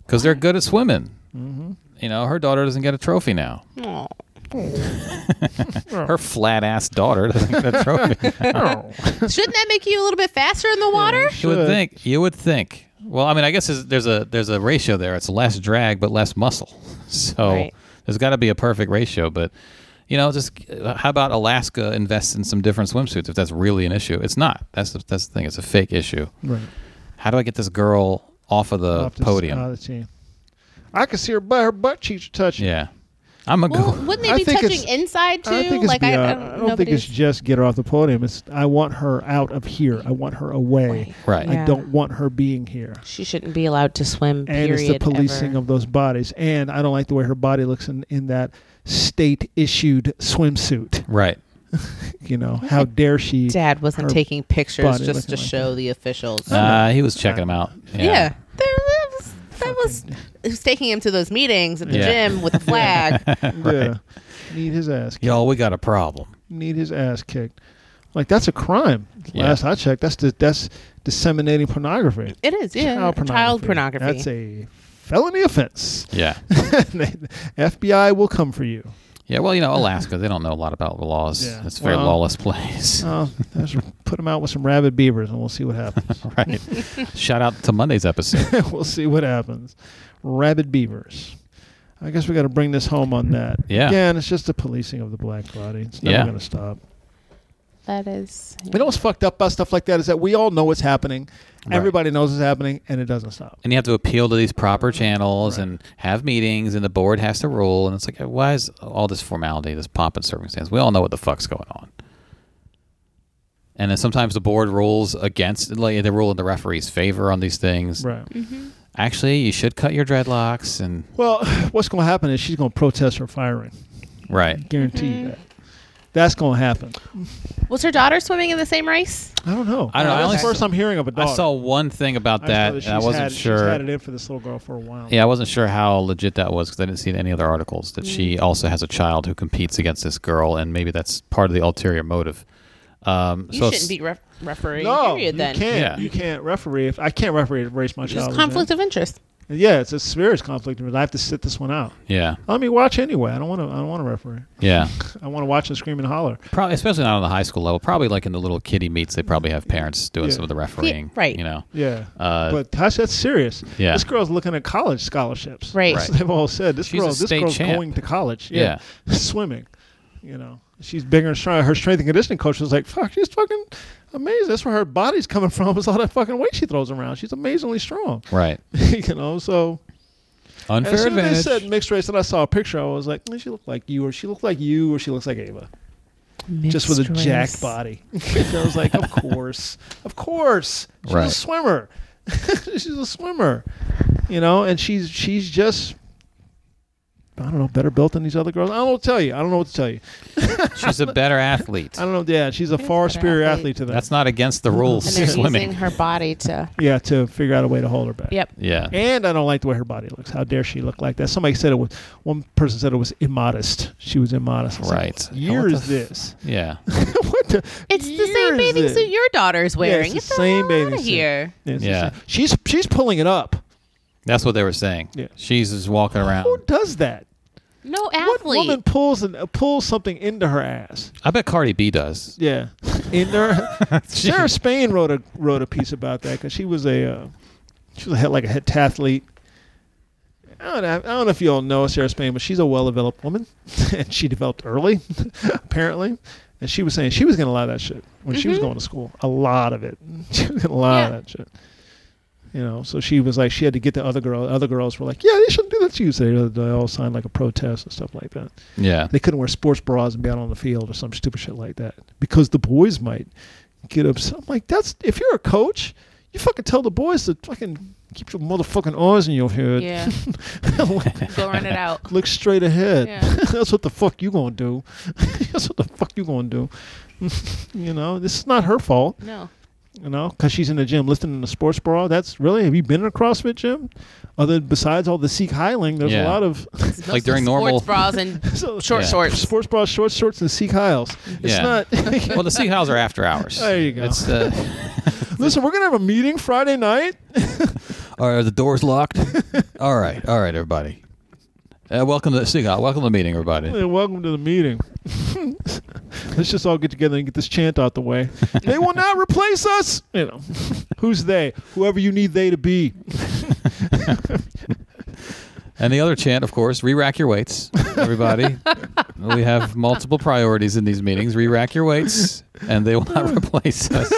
because they're good at swimming.
Mm-hmm.
You know, her daughter doesn't get a trophy now.
Aw.
Her flat ass daughter doesn't get
<laughs>
a trophy.
Shouldn't that make you a little bit faster in the water?
you would
Should.
think. You would think. Well, I mean, I guess there's- there's a there's a ratio there. It's less drag but less muscle. <laughs> So
Right.
there's got to be a perfect ratio. But you know, just uh, how about Alaska invests in some different swimsuits if that's really an issue? It's not. That's the, that's the thing. It's a fake issue.
right.
How do I get this girl off of the
Off this- uh,
podium?
out of the team. I can see her butt. Her butt cheeks are touching.
yeah, I'm a
Well,
go. <laughs>
wouldn't they
I
be
think
touching
it's-
inside too?
I think it's
like
beyond,
I,
I
I don't,
don't think it's
nobody's-
just get her off the podium. It's I want her out of here. I want her away.
Right.
I
Yeah.
don't want her being here.
She shouldn't be allowed to swim.
and
period,
it's the policing
ever.
of those bodies. And I don't like the way her body looks in, in that state issued swimsuit.
Right.
You know, how dare she?
Dad wasn't
her
taking pictures
body
just to
looking like
show the officials.
Uh, he was checking them out.
yeah, There- that was that was he was taking him to those meetings at the
Yeah.
<laughs>
gym with a flag.
Yeah. Need his ass kicked.
Y'all, we got a problem.
Need his ass kicked. Like that's a crime.
Yeah.
Last I checked, that's the, that's disseminating pornography.
it is, yeah,
Child pornography. That's a felony offense. <laughs>
<laughs>
Yeah.
FBI will come for you.
Yeah, well, you know, Alaska, they don't know a lot about the laws.
Yeah.
It's a very
Well-
lawless <laughs> place.
Oh, let's put them out with some rabid beavers, and we'll see what
<laughs>
happens. <laughs>
right. Shout out to Monday's episode.
we'll see what happens. Rabid beavers. I guess we got to bring this home on that.
Yeah.
Again, it's just the policing of the black body. It's never
Yeah.
going to stop.
that is.
You know what's fucked up about stuff like that is that we all know what's happening.
Right.
Everybody knows what's happening, and it doesn't stop.
<laughs> And you have to appeal to these proper channels and have meetings, and the board has to rule. And it's like, uh, why is all this formality, this pomp and circumstance? We all know what the fuck's going on. And then sometimes the board rules against, like, they rule in the referee's favor on these things.
Right.
Mm-hmm.
Actually, you should cut your dreadlocks and,
Well, <sighs> what's going to happen is she's going to protest her firing.
right.
Guarantee you
Mm-hmm.
that. That's going to happen.
Was her daughter swimming in the same race?
I don't know.
I don't know. I
That's
only
the first
saw-
I'm hearing of a
I
daughter.
saw one thing about
I just know
that,
that
and I
she's
wasn't
had,
sure.
She's had it in for this little girl for a while.
Yeah, I wasn't sure how legit that was because I didn't see it in any other articles that she
Mm.
also has a child who competes against this girl, and maybe that's part of the ulterior motive. Um,
You
so it's-
shouldn't be ref- refereeing.
No,
period.
you
then
can't.
Yeah.
You can't referee. If I can't referee, if race my
It's
child. is in.
conflict of interest.
Yeah, it's a serious conflict, but I have to sit this one out.
Yeah,
Let me watch anyway. I don't want to. I don't want to referee.
yeah.
<laughs>
I want to watch and scream and holler.
Probably, especially not on the high school level. Probably like in the little kiddie meets, they probably have parents doing
Yeah.
some of the refereeing.
right.
You know.
Yeah,
Uh,
but Tosh, that's serious.
Yeah.
this girl's looking at college scholarships.
Right.
That's what <laughs> they've all said this
She's a
girl. This
state
girl's
champ.
going to college. Yeah, <laughs> swimming. You know, she's bigger and stronger. Her strength and conditioning coach was like, "Fuck, she's fucking amazing. That's where her body's coming from. <laughs> It's all that fucking weight she throws around. She's amazingly strong. <laughs>
Right.
you know, so."
Unfair
As soon
advantage.
as they said mixed race, and I saw a picture, I was like, "Mm, she looked like you, or she looked like you, or she looks like Ava, just with a jacked body. <laughs> I was like, of course, of course, she's a <laughs>
Right.
swimmer. she's a swimmer. you know, and she's she's just I don't know, better built than these other girls. I don't know what to tell you. I don't know what to tell you.
She's a
<laughs>
better athlete.
I don't know. Yeah, she's a far
better
superior
athlete.
athlete to them.
That's not against the rules.
and they're using
Swimming.
her body to.
yeah, to figure out a way to hold her back.
Yep.
Yeah.
And I don't like the way her body looks. How dare she look like that? Somebody said it was. One person said it was immodest. She was immodest. I was like,
Right.
What year
What the
is this? <laughs>
Yeah.
what the?
It's the
year
same
is
bathing
this?
suit your daughter's wearing.
Yeah, it's
Get
the same bathing
out
suit.
here.
Yeah, it's the
Yeah.
same- She's she's pulling it up.
That's what they were saying.
Yeah.
She's just
<laughs>
walking around.
Who does that?
No
What
athlete.
woman pulls an, uh, pulls something into her ass?
I bet Cardi B does.
Yeah, into her. Sarah Spain wrote a wrote a piece about that because she was a uh, she was a, head- like a heptathlete. I don't, know, I don't know if you all know Sarah Spain, but she's a well developed woman, <laughs> and she developed early, <laughs> apparently. And she was saying she was getting a lot of that shit when she was going to school. A lot of it. <laughs> She was getting a lot
Yeah.
of that shit. You know, so she was like, she had to get the other girl. Other girls were like, yeah, they shouldn't do that to you. So they, they all signed like a protest and stuff like that
Yeah.
<laughs> they couldn't wear sports bras and be out on the field or some stupid shit like that because the boys might get upset. I'm like, that's if you're a coach, you fucking tell the boys to fucking keep your motherfucking eyes in your head. <laughs>
Yeah. Go run it out.
Look straight ahead.
Yeah.
<laughs> that's what the fuck you gonna do. <laughs> that's what the fuck you gonna do. <laughs> you know, this is not her fault.
No.
You know, because she's in the gym lifting in a sports bra. That's really. Have you been in a CrossFit gym? Other besides all the Sikh Highling, there's
Yeah.
a lot of <laughs>
It's
Like
mostly
during normal-
sports bras and
So-
short
Yeah.
shorts.
sports bras, short shorts, and Sikh Hiles. It's
Yeah.
not. <laughs>
Well, the Seahawks are after hours.
There you go.
It's, uh,
<laughs> Listen, we're gonna have a meeting Friday night.
are the doors locked?
<laughs>
all right. All right, everybody. Uh, welcome to the Seahawks. Welcome to the meeting, everybody.
Hey, welcome to the <laughs> meeting. Let's just all get together and get this chant out the way. they will not replace us. You know, who's they? Whoever you need they to be.
And the other chant, of course, re-rack your weights,
<laughs>
everybody. we have multiple priorities in these meetings. Re-rack your weights, and they will
<laughs>
not replace us.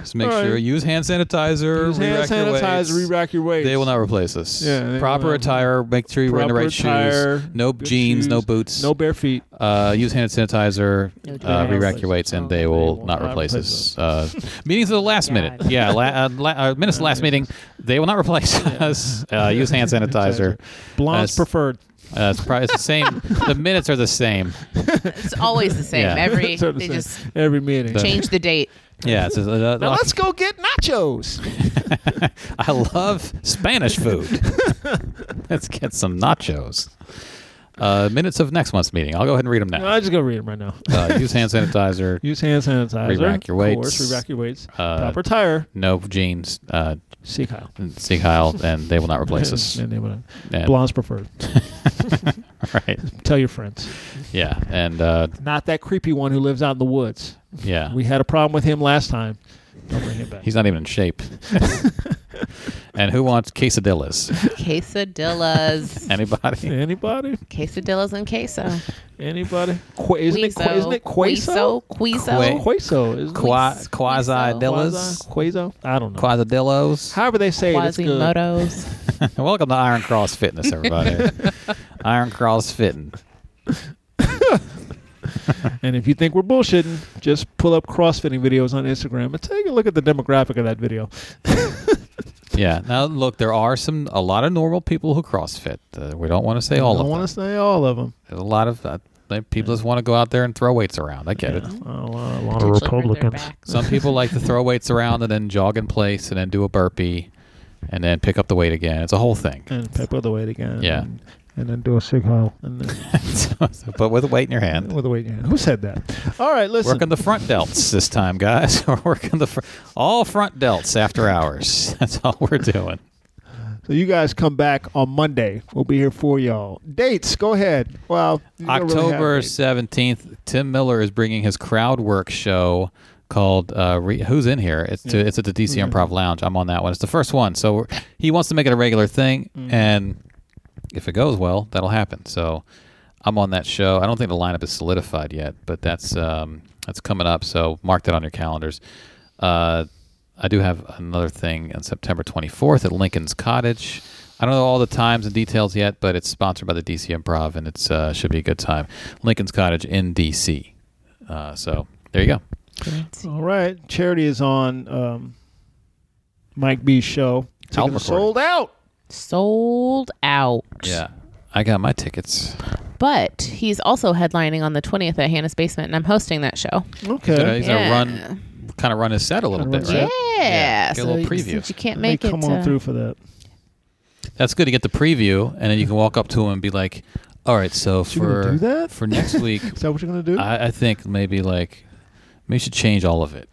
Just make
All right.
sure use hand sanitizer.
Use hand
re-rack your weights.
sanitizer, re-rack your weights.
They will not replace us.
Yeah, they
Proper
will.
attire. Make sure you're wearing the
Proper
right shoes.
attire,
No
good
jeans. No
shoes,
boots.
No bare feet.
Uh, use hand sanitizer,
No jeans.
uh, re-rack your weights, and
Oh,
they will not replace us. Uh,
<laughs>
meetings of the last minute.
God.
Yeah, la- uh, la- uh, minutes of the last meeting. They will not replace
<laughs>
us. Uh, use hand sanitizer.
Blondes
That's-
preferred.
Uh, it's, probably, it's the same. the minutes are the same.
It's always the same.
Yeah.
<laughs>
Every
That's what I'm
they
saying.
just
every meeting.
change the date.
Yeah. It's, uh,
Now let's go get nachos.
<laughs> I love
<laughs>
Spanish food. let's get some nachos. Uh, minutes of next month's meeting. I'll go ahead and read them
<laughs>
now.
I'm just gonna read them right now.
Uh, use hand sanitizer.
Use hand sanitizer.
Re-rack your
Of course,
weights.
re-rack your weights.
Uh,
Proper attire.
No jeans. Uh,
See Kyle.
see Kyle, and they will not replace
<laughs>
us.
And they wouldn't.
And-
Blondes preferred.
<laughs> right.
Tell your friends.
Yeah. And uh,
Not that creepy one who lives out in the woods.
yeah.
We had a problem with him last time. Don't bring him back.
He's not even
<laughs>
in shape. and who wants quesadillas?
Quesadillas.
<laughs>
Anybody?
anybody?
quesadillas and queso.
Anybody? Qu- isn't it? Qu-
Queso.
isn't it queso?
Queso. Queso.
Queso. Isn't it?
Qua-
Queso.
quasadillas?
Quasi- Queso. I don't know.
Quasadillos?
However they say it, it's good.
<laughs>
Quasimodos.
Welcome to Iron Cross Fitness,
<laughs>
everybody. Iron Cross Fitting.
And if you think we're bullshitting, just pull up crossfitting videos on Instagram and take a look at the demographic of that video.
Yeah. Now, look, there are some a lot of normal people who CrossFit. Uh, we don't want to say
I
all of
don't
them.
want to say all of them.
There's a lot of uh, like, people just want to go out there and throw weights around. I get it.
A lot, a lot
Actually,
of
hurt their
Republicans.
back.
Some people like to throw weights around and then jog in place and then do a burpee and then pick up the weight again. It's a whole thing. <laughs>
And pep with the weight again.
Yeah.
And, and then do a sig heil. And then <laughs>
So- so- but with a weight in your hand.
with the weight in your hand. Who said that? All right, listen.
Work on the front delts this time, guys. <laughs> We're working the fr- all front delts after hours. <laughs> That's all we're doing.
So you guys come back on Monday. We'll be here for y'all. Dates, go ahead. Well, you don't really have
October
dates.
seventeenth, Tim Miller is bringing his crowd work show called uh, Re- "Who's in Here." It's to, it's at the DC
Mm-hmm.
Improv Lounge. I'm on that one. It's the first one, so we're- he wants to make it a regular thing,
Mm-hmm.
and if it goes well, that'll happen. So I'm on that show. I don't think the lineup is solidified yet, but that's um, that's coming up. So mark that on your calendars. Uh, I do have another thing on September 24th at Lincoln's Cottage. I don't know all the times and details yet, but it's sponsored by the DC Improv, and it's uh, should be a good time. Lincoln's Cottage in DC. Uh, so there you go.
All right. Charity is on um, Mike B's show.
album
Tickets are
recording.
sold out.
Sold out.
Yeah, I got my tickets.
But he's also headlining on the 20th at Hannah's Basement, and I'm hosting that show.
Okay.
Gonna- he's
Yeah.
gonna run, kind of run his set a little
Kinda
bit,
run
right?
his
Yeah.
Yeah, get a
So
little
you-
preview.
Since you can't
Hey,
make it.
come on
uh,
through for that.
That's good to get the preview, and then you can walk up to him and be like, "All right, so
you gonna
for
do that?
for next
<laughs>
week,
Is that what you're gonna do?
I, I think maybe like maybe you should change all of it.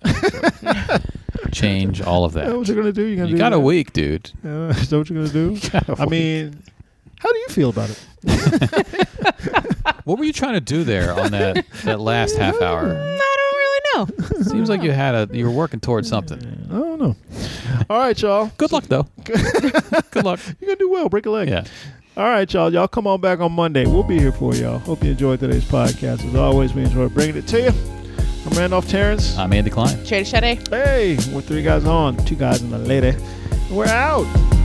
change all of
Is that what
that.
you're gonna do? You're gonna
You
do
got a
that?
week, dude.
Uh, is that what you're
<laughs>
gonna do? I mean, how do you feel about it?
What were you trying to do there on that that last half hour?
I don't really
<laughs>
know.
Seems like you had a you were working towards something.
I don't know. All right, y'all.
Good
<laughs>
luck though. good luck.
You're gonna do well. Break a leg.
Yeah.
All right, y'all. Y'all come on back on Monday. We'll be here for y'all. Hope you enjoyed today's podcast. As always, we enjoy bringing it to you. I'm Randolph Terrence.
Uh, I'm Andy Klein.
Trade Shade.
Hey, we're three guys on, two guys and a lady. We're out.